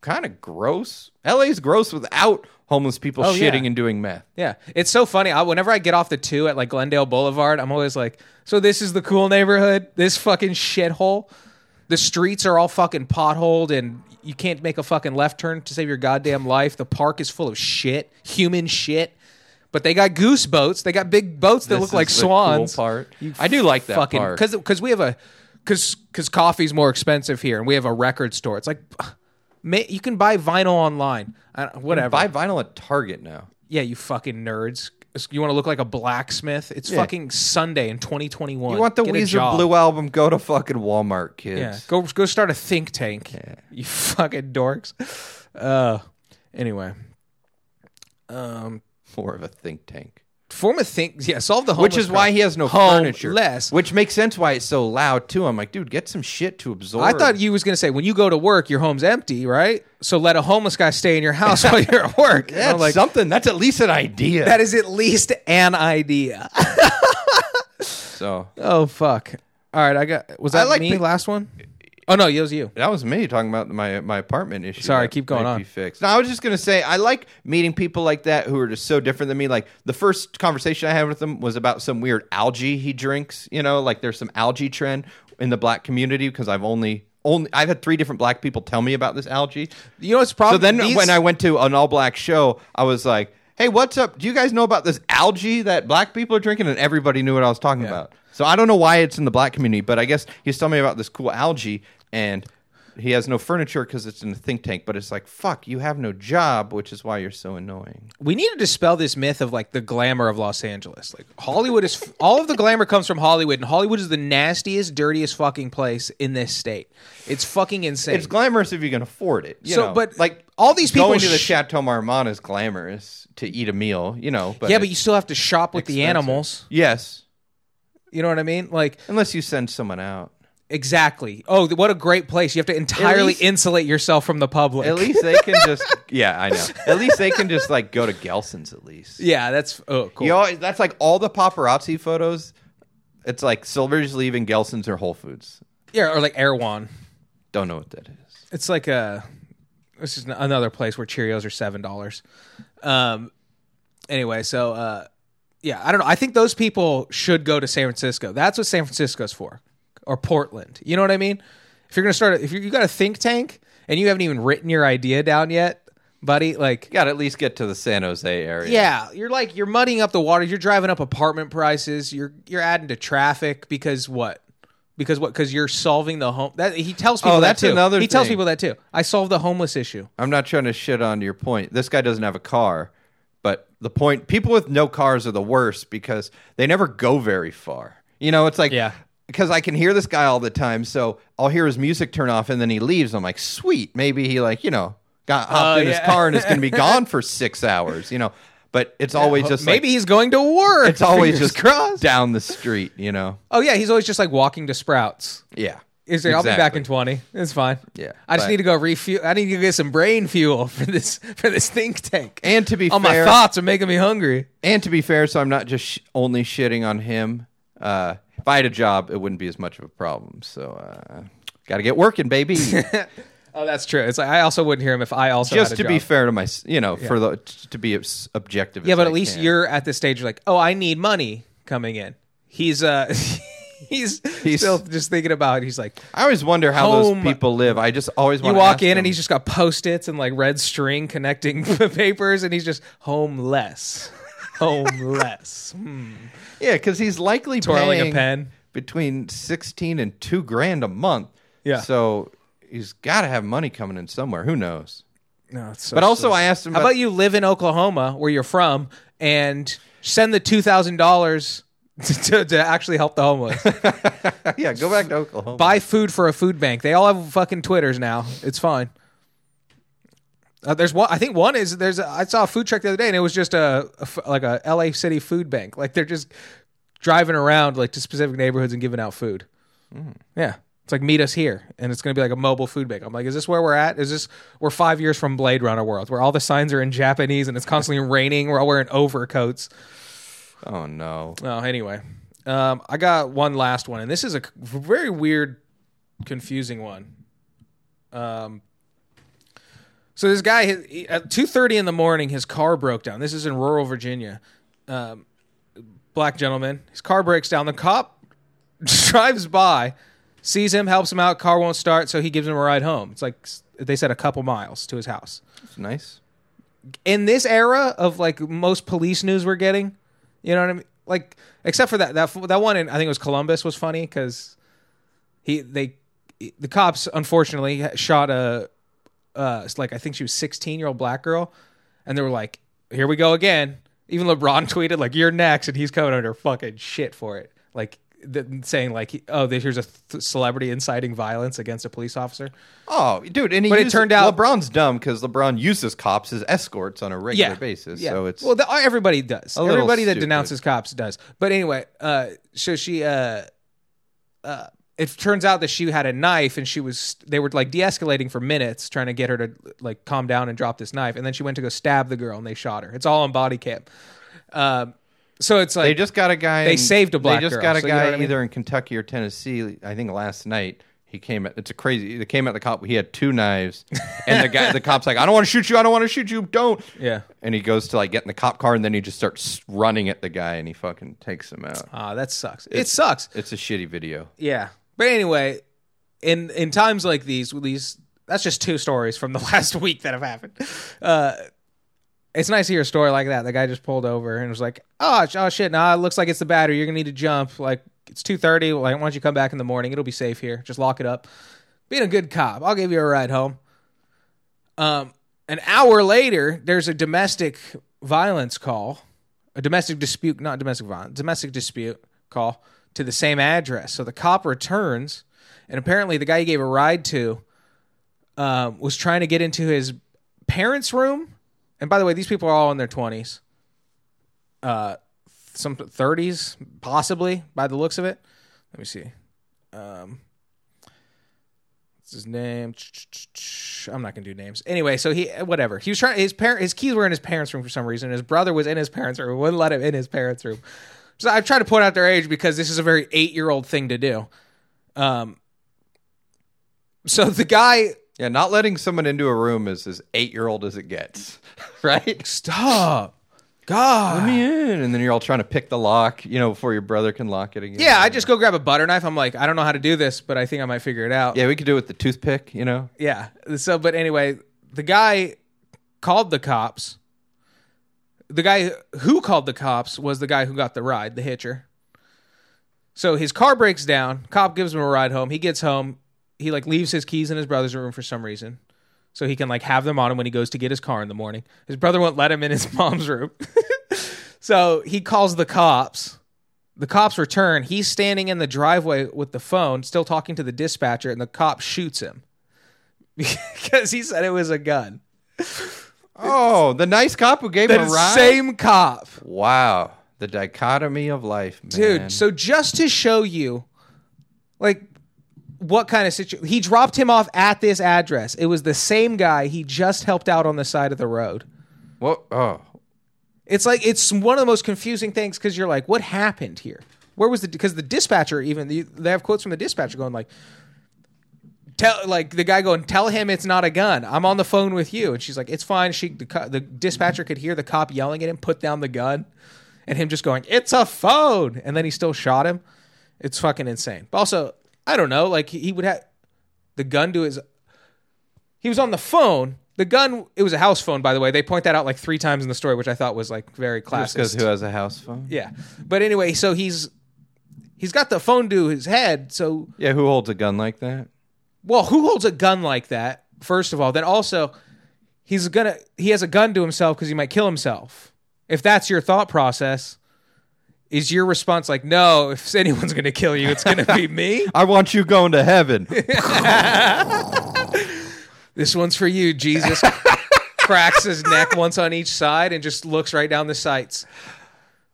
kind of gross. LA's gross without homeless people Oh, yeah. shitting and doing meth. Yeah, it's so funny. I, whenever I get off the two at like Glendale Boulevard, I'm always like, "So this is the cool neighborhood? This fucking shithole? The streets are all fucking potholed, and you can't make a fucking left turn to save your goddamn life. The park is full of shit, human shit. But they got goose boats. They got big boats that This look like is the cool swans. part. I do like that fucking, part. Because because we have a because because coffee's more expensive here, and we have a record store. It's like. ma- You can buy vinyl online, I don't- whatever. Buy vinyl at Target now. Yeah, you fucking nerds. You want to look like a blacksmith? It's fucking Sunday in 2021. You want the Get a Weezer job. Blue album? Go to fucking Walmart, kids. Yeah, go go start a think tank. You fucking dorks. Uh, anyway, More of a think tank. form a think. Yeah, solve the homeless Which is why problem. he has no Homeless. furniture. Which makes sense why it's so loud too. I'm like, dude, get some shit to absorb. I thought you was gonna say when you go to work, your home's empty, right? So let a homeless guy stay in your house while you're at work. And that's I'm like, something. That's at least an idea. that is at least an idea. so oh fuck! All right, I got. Was I that like me? the- last one? Oh no, it was you. That was me talking about my my apartment issue. Sorry, that keep going might on. Be fixed. No, I was just gonna say I like meeting people like that who are just so different than me. Like the first conversation I had with him was about some weird algae he drinks. You know, like there's some algae trend in the black community because I've only only I've had three different black people tell me about this algae. You know what's the So problem? then Um, These- when I went to an all black show, I was like, "Hey, what's up? Do you guys know about this algae that black people are drinking?" And everybody knew what I was talking about. So I don't know why it's in the black community, but I guess he's telling me about this cool algae, and he has no furniture because it's in a think tank. But it's like, fuck, you have no job, which is why you're so annoying. we need to dispel this myth of like the glamour of Los Angeles. Like Hollywood is all of the glamour comes from Hollywood, and Hollywood is the nastiest, dirtiest fucking place in this state. It's fucking insane. It's glamorous if you can afford it. You So, know? but like all these people going to the sh- Chateau Marmont is glamorous to eat a meal. You know, but yeah, but you it's still have to shop with the expensive. animals. Yes, You know what I mean? Like unless you send someone out. exactly. Oh, th- what a great place! You have to entirely least- insulate yourself from the public. At least they can just yeah, I know. At least they can just like go to Gelson's at least. yeah, that's oh cool. You always, that's like all the paparazzi photos. It's like Silver's leaving Gelson's or Whole Foods. yeah, or like Erewhon. Don't know what that is. It's like a this is another place where Cheerios are seven dollars. Um, anyway, so uh, yeah, I don't know. I think those people should go to San Francisco. That's what San Francisco's for, or Portland. You know what I mean? If you're gonna start, a, if you you got a think tank and you haven't even written your idea down yet, buddy, like. You got to at least get to the San Jose area. Yeah, you're like you're muddying up the water. You're driving up apartment prices. You're you're adding to traffic because what? Because what? Because you're solving the home. That he tells people. Oh, that's that too. another He tells thing. people that too. I solved the homeless issue. I'm not trying to shit on your point. This guy doesn't have a car, but the point people with no cars are the worst because they never go very far. You know, it's like Yeah. because I can hear this guy all the time, so I'll hear his music turn off and then he leaves. I'm like, sweet, maybe he like you know got hopped Oh, in yeah. his car and is going to be gone for six hours. You know, but it's always just maybe like, he's going to work. it's always Fingers just crossed. down the street. You know, Oh yeah, he's always just like walking to Sprouts. yeah. He's like, I'll be back Exactly. in twenty. It's fine. Yeah, I just but- need to go refuel. I need to get some brain fuel for this for this think tank. And to be all fair- my thoughts are making me hungry. And to be fair, so I'm not just sh- only shitting on him. Uh, if I had a job, it wouldn't be as much of a problem. So, uh, got to get working, baby. Oh, that's true. It's like I also wouldn't hear him if I also just had to a be job. fair to my, s- you know, for the t- to be as objective. Yeah, as but I at least can. you're at the stage. You're like, oh, I need money coming in. He's uh, he's, He's- still just thinking about. It. He's like, I always wonder how home- those people live. I just always you want walk in and he's just got post its and like red string connecting papers, and he's just homeless, homeless. yeah, because he's likely twirling a paying pen. between sixteen and two grand a month. Yeah. so he's got to have money coming in somewhere. Who knows? No, it's so But also, silly. I asked him. How about you live in Oklahoma, where you're from, and send the two thousand dollars to to actually help the homeless? yeah, go back to Oklahoma. Buy food for a food bank. They all have fucking Twitters now. It's fine. Uh, there's one. I think one is there's. A, I saw a food truck the other day, and it was just a, a f- like a L.A. City food bank. Like they're just driving around like to specific neighborhoods and giving out food. Yeah, it's like meet us here, and it's gonna be like a mobile food bank. I'm like, is this where we're at? Is this we're five years from Blade Runner world, where all the signs are in Japanese and it's constantly raining. We're all wearing overcoats. Oh no. Oh, anyway, um, I got one last one, and this is a c- very weird, confusing one. Um, so this guy his- he- at two thirty in the morning, his car broke down. This is in rural Virginia. Um, black gentleman, his car breaks down. The cop drives by, sees him, helps him out. Car won't start, so he gives him a ride home. It's like s- they said a couple miles to his house It's nice. in this era of like most police news we're getting, you know what I mean? Like except for that that that one in I think it was Columbus was funny because he they the cops unfortunately shot a uh it's like I think she was sixteen year old black girl, and they were like, here we go again. Even LeBron tweeted like you're next, and he's coming under fucking shit for it. Like th- saying like oh this- here's a th- celebrity inciting violence against a police officer. Oh, dude, and he But it used- turned out- LeBron's dumb because LeBron uses cops as escorts on a regular basis. So it's well, the, uh, everybody does. little Everybody that stupid. denounces cops does. But anyway, uh, so she, uh, uh, it turns out that she had a knife, and she was they were like de-escalating for minutes, trying to get her to like calm down and drop this knife, and then she went to go stab the girl, and they shot her. It's all on body cam. Um, so it's like they just got a guy. They in- saved a black They just girl, got a so you know guy what I mean? either in Kentucky or Tennessee. I think last night he came. At, it's a crazy. They came at the cop. He had two knives, and the guy, the cop's like, "I don't want to shoot you. I don't want to shoot you. Don't." Yeah. And he goes to like get in the cop car, and then he just starts running at the guy, and he fucking takes him out. ah, that sucks. It sucks. It's a shitty video. Yeah. But anyway, in in times like these, with these that's just two stories from the last week that have happened. Uh, it's nice to hear a story like that. The guy just pulled over and was like, "Oh, sh- oh shit! Nah, it looks like it's the battery. You're gonna need to jump. Like it's two thirty. Like why don't you come back in the morning? It'll be safe here. Just lock it up. Being a good cop, I'll give you a ride home." Um, an hour later, there's a domestic violence call, a domestic dispute, not domestic violence, domestic dispute call to the same address. So the cop returns, and apparently the guy he gave a ride to um, was trying to get into his parents' room. And by the way, these people are all in their twenties, uh, some thirties possibly by the looks of it. Let me see. Um, what's his name? I'm not gonna do names. Anyway, so he whatever he was trying. His parent, his keys were in his parents' room for some reason. and His brother was in his parents' room. Wouldn't let him in his parents' room. So I try to point out their age because this is a very eight-year-old thing to do. Um. So the guy Yeah, not letting someone into a room is as eight year old as it gets, right? stop. God. in, and then you're all trying to pick the lock, you know, before your brother can lock it again. Yeah, I just go grab a butter knife. I'm like, I don't know how to do this, but I think I might figure it out. yeah, we could do it with the toothpick, you know. Yeah. So, but anyway, the guy called the cops. The guy who called the cops was the guy who got the ride, the hitcher. So his car breaks down. Cop gives him a ride home. He gets home. He like leaves his keys in his brother's room for some reason, so he can like have them on him when he goes to get his car in the morning. His brother won't let him in his mom's room, so he calls the cops. The cops return. He's standing in the driveway with the phone, still talking to the dispatcher, and the cop shoots him because he said it was a gun. Oh, the nice cop who gave The him a ride. same cop, Wow, the dichotomy of life, man. dude. So just to show you, like, what kind of situation he dropped him off at this address. It was the same guy he just helped out on the side of the road. what? Oh, It's like it's one of the most confusing things because you're like, what happened here? Where was the because the dispatcher even the- they have quotes from the dispatcher going like, tell like the guy going tell him it's not a gun. I'm on the phone with you, and she's like, it's fine. She the, co- the dispatcher could hear the cop yelling at him, put down the gun, and him just going, it's a phone, and then he still shot him. It's fucking insane. But also, I don't know, like he, he would have the gun to his he was on the phone. The gun, it was a house phone, by the way. They point that out like three times in the story, which I thought was like very just because classic. who has a house phone? Yeah, but anyway, so he's he's got the phone to his head. So, Yeah, who holds a gun like that? well, who holds a gun like that? First of all, then also he's gonna he has a gun to himself because he might kill himself. If that's your thought process, is your response like, no, if anyone's gonna kill you, it's gonna be me? I want you going to heaven. This one's for you, Jesus. cracks his neck once on each side and just looks right down the sights.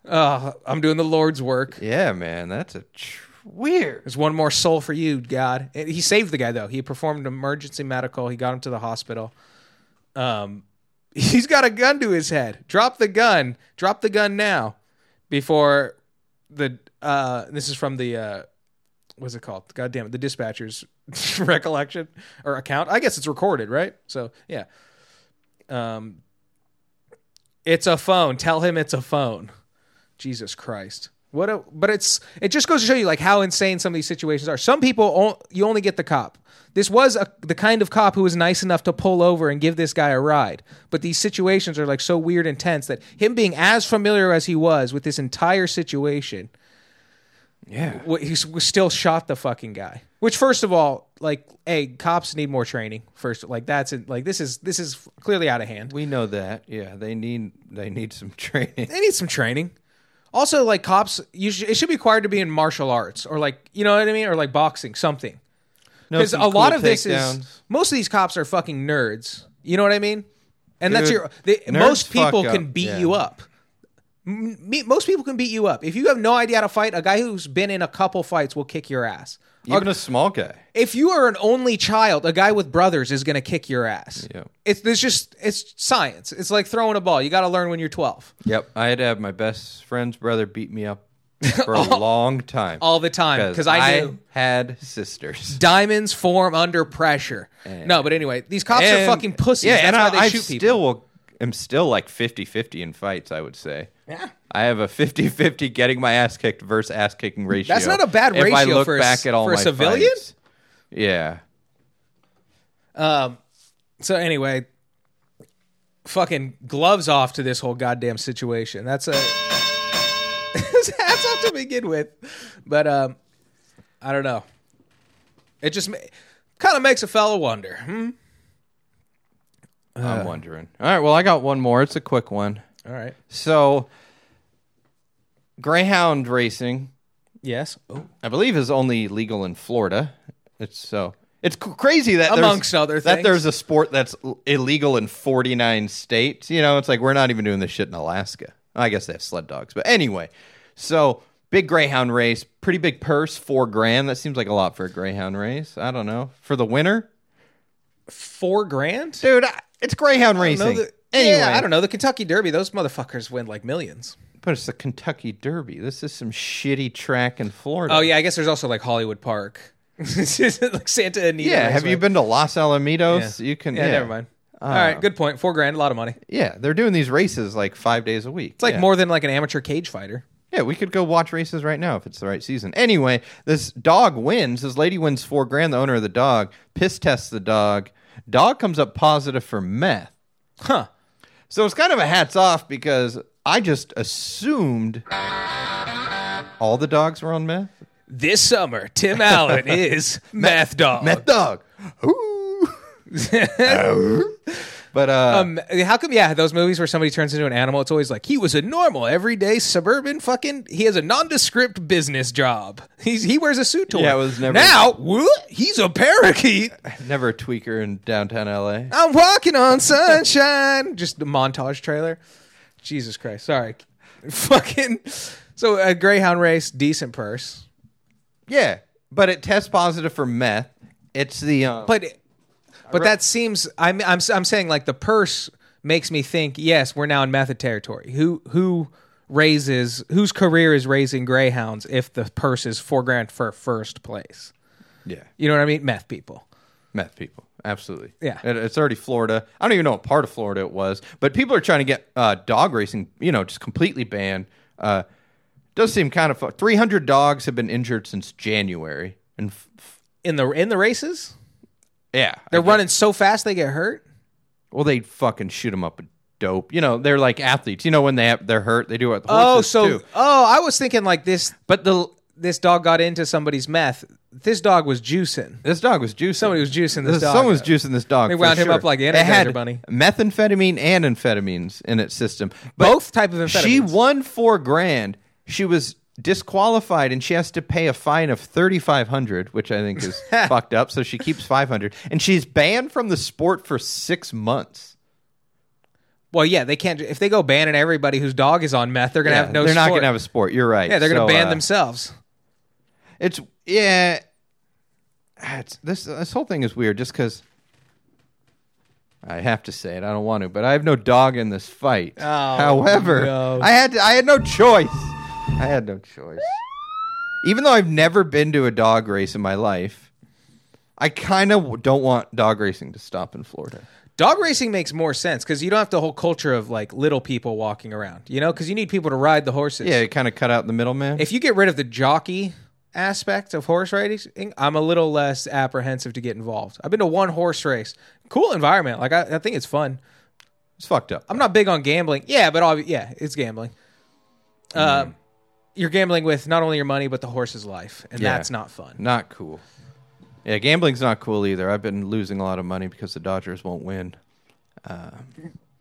Oh, I'm doing the Lord's work. yeah, man, that's a tr- weird. There's one more soul for you, God. And he saved the guy though. He performed emergency medical. He got him to the hospital. Um, he's got a gun to his head. Drop the gun. Drop the gun now, before the. Uh, this is from the. Uh, what's it called? God damn it! The dispatcher's recollection or account. I guess it's recorded, right? So yeah. Um. It's a phone. Tell him it's a phone. Jesus Christ. What a but it's it just goes to show you like how insane some of these situations are. Some people on- you only get the cop. This was a, the kind of cop who was nice enough to pull over and give this guy a ride. But these situations are like so weird and tense that him being as familiar as he was with this entire situation, Yeah. w- he s- was still shot the fucking guy. Which first of all, like, hey, cops need more training. First, like that's it. like this is this is clearly out of hand. We know that. Yeah, they need they need some training. they need some training. Also, like cops, you sh- it should be required to be in martial arts or like you know what I mean, or like boxing, something. Know Because some a lot cool of this takedowns. is most of these cops are fucking nerds. You know what I mean? And that's Dude, your they, nerds most people fuck can up, beat yeah. you up. M- me- most people can beat you up. If you have no idea how to fight, a guy who's been in a couple fights will kick your ass. even a small guy. If you are an only child, a guy with brothers is going to kick your ass. Yeah. It's there's just it's science. It's like throwing a ball. You got to learn when you're 12. Yep, I had to have my best friend's brother beat me up for a long time. all the time because I, knew had sisters. diamonds form under pressure. no, but anyway, these cops And- are fucking pussies. Yeah, That's and why I, they I shoot still people. will, am still like 50-50 in fights. I would say. Yeah. I have a 50-50 getting my ass kicked versus ass kicking ratio. That's not a bad if I ratio look for a back s- at all for a my civilian? fights. Yeah. So anyway, fucking gloves off to this whole goddamn situation. That's a hats off to begin with, but um, I don't know. It just ma- kind of makes a fella wonder. Hmm? I'm wondering. All right. Well, I got one more. It's a quick one. All right. So, Greyhound racing, Yes. Oh. I believe, is only legal in Florida. It's so it's c- crazy that there's- Amongst other that things. there's a sport that's l- illegal in 49 states. You know, it's like we're not even doing this shit in Alaska. I guess they have sled dogs, but anyway. So big Greyhound race, pretty big purse, four grand. That seems like a lot for a Greyhound race. I don't know for the winner, Four grand. dude. I- It's Greyhound I don't know racing. the- anyway, Yeah, I don't know the Kentucky Derby. Those motherfuckers win like millions. But it's the Kentucky Derby. This is some shitty track in Florida. Oh yeah, I guess there's also like Hollywood Park, like Santa Anita. Yeah, Raceway. have you been to Los Alamitos? Yeah. You can. Ah. Yeah, never mind. All right, good point. Four grand, a lot of money. It's Yeah, they're doing these races like five days a week. It's like yeah. more than like an amateur cage fighter. Yeah, we could go watch races right now if it's the right season. Anyway, this dog wins. This lady wins four grand. The owner of the dog piss tests the dog. Dog comes up positive for meth. Huh. So it's kind of a hats off because I just assumed all the dogs were on meth. This summer, Tim Allen is meth dog. Meth dog. Ooh. but uh, Um, how come? Yeah, those movies where somebody turns into an animal, it's always like he was a normal, everyday suburban fucking. He has a nondescript business job. He's he wears a suit to work. Yeah, it was never- now. What? He's a parakeet. never a tweaker in downtown LA. I'm walking on sunshine. Just the montage trailer. Jesus Christ. Sorry. Fucking. So a Greyhound race, decent purse. Yeah, but it tests positive for meth. It's the um, But but that seems I'm I'm I'm saying like the purse makes me think, yes, we're now in method territory. Who who raises whose career is raising greyhounds if the purse is four grand for first place? yeah You know what I mean? Meth people. meth people absolutely. Yeah. It- it's already Florida. I don't even know what part of Florida it was, but people are trying to get uh, dog racing, you know, just completely banned. Uh, does seem kind of fu- three hundred dogs have been injured since January, and f- f- In the in the races? yeah, I They're guess- running so fast they get hurt? Well, they fucking shoot them up with dope. You know, they're like athletes. You know, when they have, they're hurt, they do it. with Oh, horses, so too. oh, I was thinking like this but the this dog got into somebody's meth. This dog was juicing. This dog was juicing. Somebody was juicing this dog Someone was up. juicing this dog. They for wound him sure. up like the It Energizer had Bunny. Methamphetamine and amphetamines in its system. But Both type of amphetamines. She won four grand. She was disqualified and she has to pay a fine of thirty five hundred, which I think is fucked up. So she keeps five hundred, and she's banned from the sport for six months. Well, yeah, they can't. If they go banning everybody whose dog is on meth, they're gonna Yeah, have no. they're not sport. going to have a sport. You're right. Yeah, they're So, gonna ban uh, themselves. It's yeah. It's, this this whole thing is weird, just because. I have to say it. I don't want to, but I have no dog in this fight. Oh, However, no. I had to, I had no choice. I had no choice. Even though I've never been to a dog race in my life, I kind of don't want dog racing to stop in Florida. Dog racing makes more sense because you don't have the whole culture of like little people walking around. You know, because you need people to ride the horses. Yeah, it kind of cut out the middleman. If you get rid of the jockey aspect of horse racing, I'm a little less apprehensive to get involved. I've been to one horse race. Cool environment. Like I, I think it's fun. it's fucked up. I'm not big on gambling. Yeah, but all, yeah, it's gambling. Um, you're gambling with not only your money but the horse's life, and Yeah. that's not fun. Not cool. Yeah, gambling's not cool either. I've been losing a lot of money because the Dodgers won't win. Uh,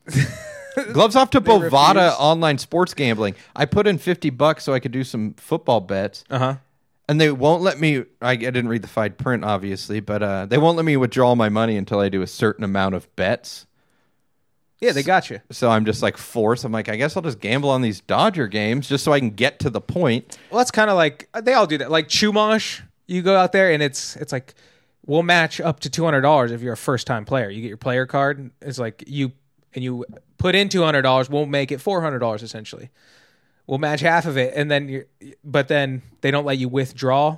gloves off to Bovada refuse. online sports gambling. I put in fifty bucks so I could do some football bets, Uh huh. and they won't let me. I, I didn't read the fine print, obviously, but uh, they won't let me withdraw my money until I do a certain amount of bets. Yeah, they got you. So I'm just like forced. I'm like, I guess I'll just gamble on these Dodger games just so I can get to the point. Well, that's kind of like uh, they all do that. Like Chumash, you go out there and it's it's like we'll match up to two hundred dollars if you're a first time player. You get your player card. It's like you and you put in two hundred dollars. We'll make it four hundred dollars essentially. We'll match half of it, and then you but then they don't let you withdraw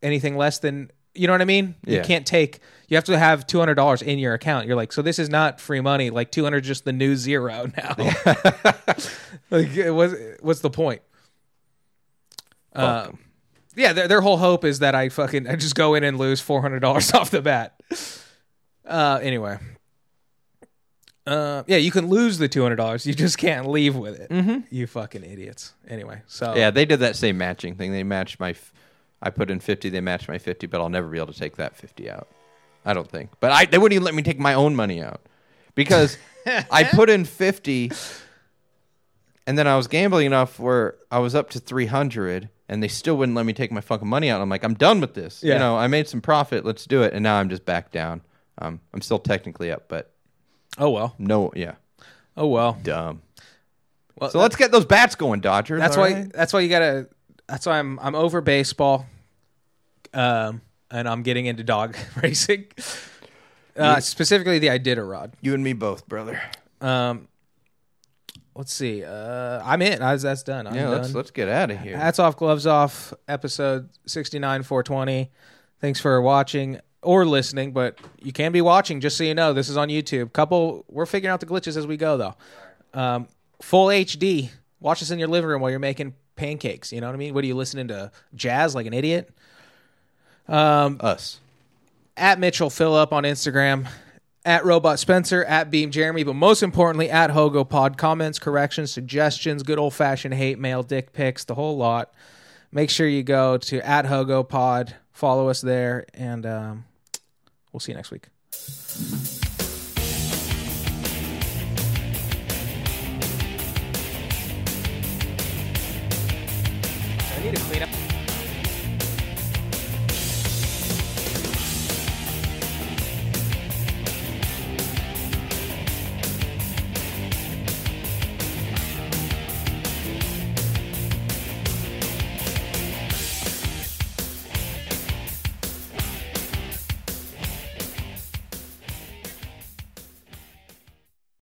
anything less than you know what I mean. You Yeah. can't take. You have to have two hundred dollars in your account. You're like, so this is not free money. Like two hundred, just the new zero now. like, it was what's the point? Um, yeah, their, their whole hope is that I fucking I just go in and lose four hundred dollars off the bat. Uh, anyway, uh, yeah, you can lose the two hundred dollars, you just can't leave with it. Mm-hmm. You fucking idiots. Anyway, so Yeah, they did that same matching thing. They matched my, f- I put in fifty. They matched my fifty, but I'll never be able to take that fifty out. I don't think. But I, they wouldn't even let me take my own money out because I put in fifty, and then I was gambling enough where I was up to three hundred, and they still wouldn't let me take my fucking money out. I'm like, I'm done with this. Yeah. You know, I made some profit. Let's do it. And now I'm just back down. Um, I'm still technically up, but oh well, no, yeah, oh well. dumb. Well, So let's get those bats going, Dodgers. That's all why. right? That's why you gotta. That's why I'm I'm over baseball, um, and I'm getting into dog racing. Uh, specifically the Iditarod. you and me both, brother. Um, let's see. Uh, I'm in. I, that's done. I'm Yeah, let's done. let's get out of here. Hats off, gloves off. Episode sixty nine, four twenty. Thanks for watching or listening, but you can be watching. Just so you know, this is on YouTube. Couple, we're figuring out the glitches as we go, though. Um, full HD. Watch this in your living room while you're making pancakes. You know what I mean? What are you listening to? Jazz like an idiot. us. At Mitchell Phillip on Instagram. At Robot Spencer, at Beam Jeremy, but most importantly, at Hogo Pod. Comments, corrections, suggestions, good old fashioned hate mail, dick pics, the whole lot. make sure you go to at Hogo Pod, follow us there, and um, we'll see you next week.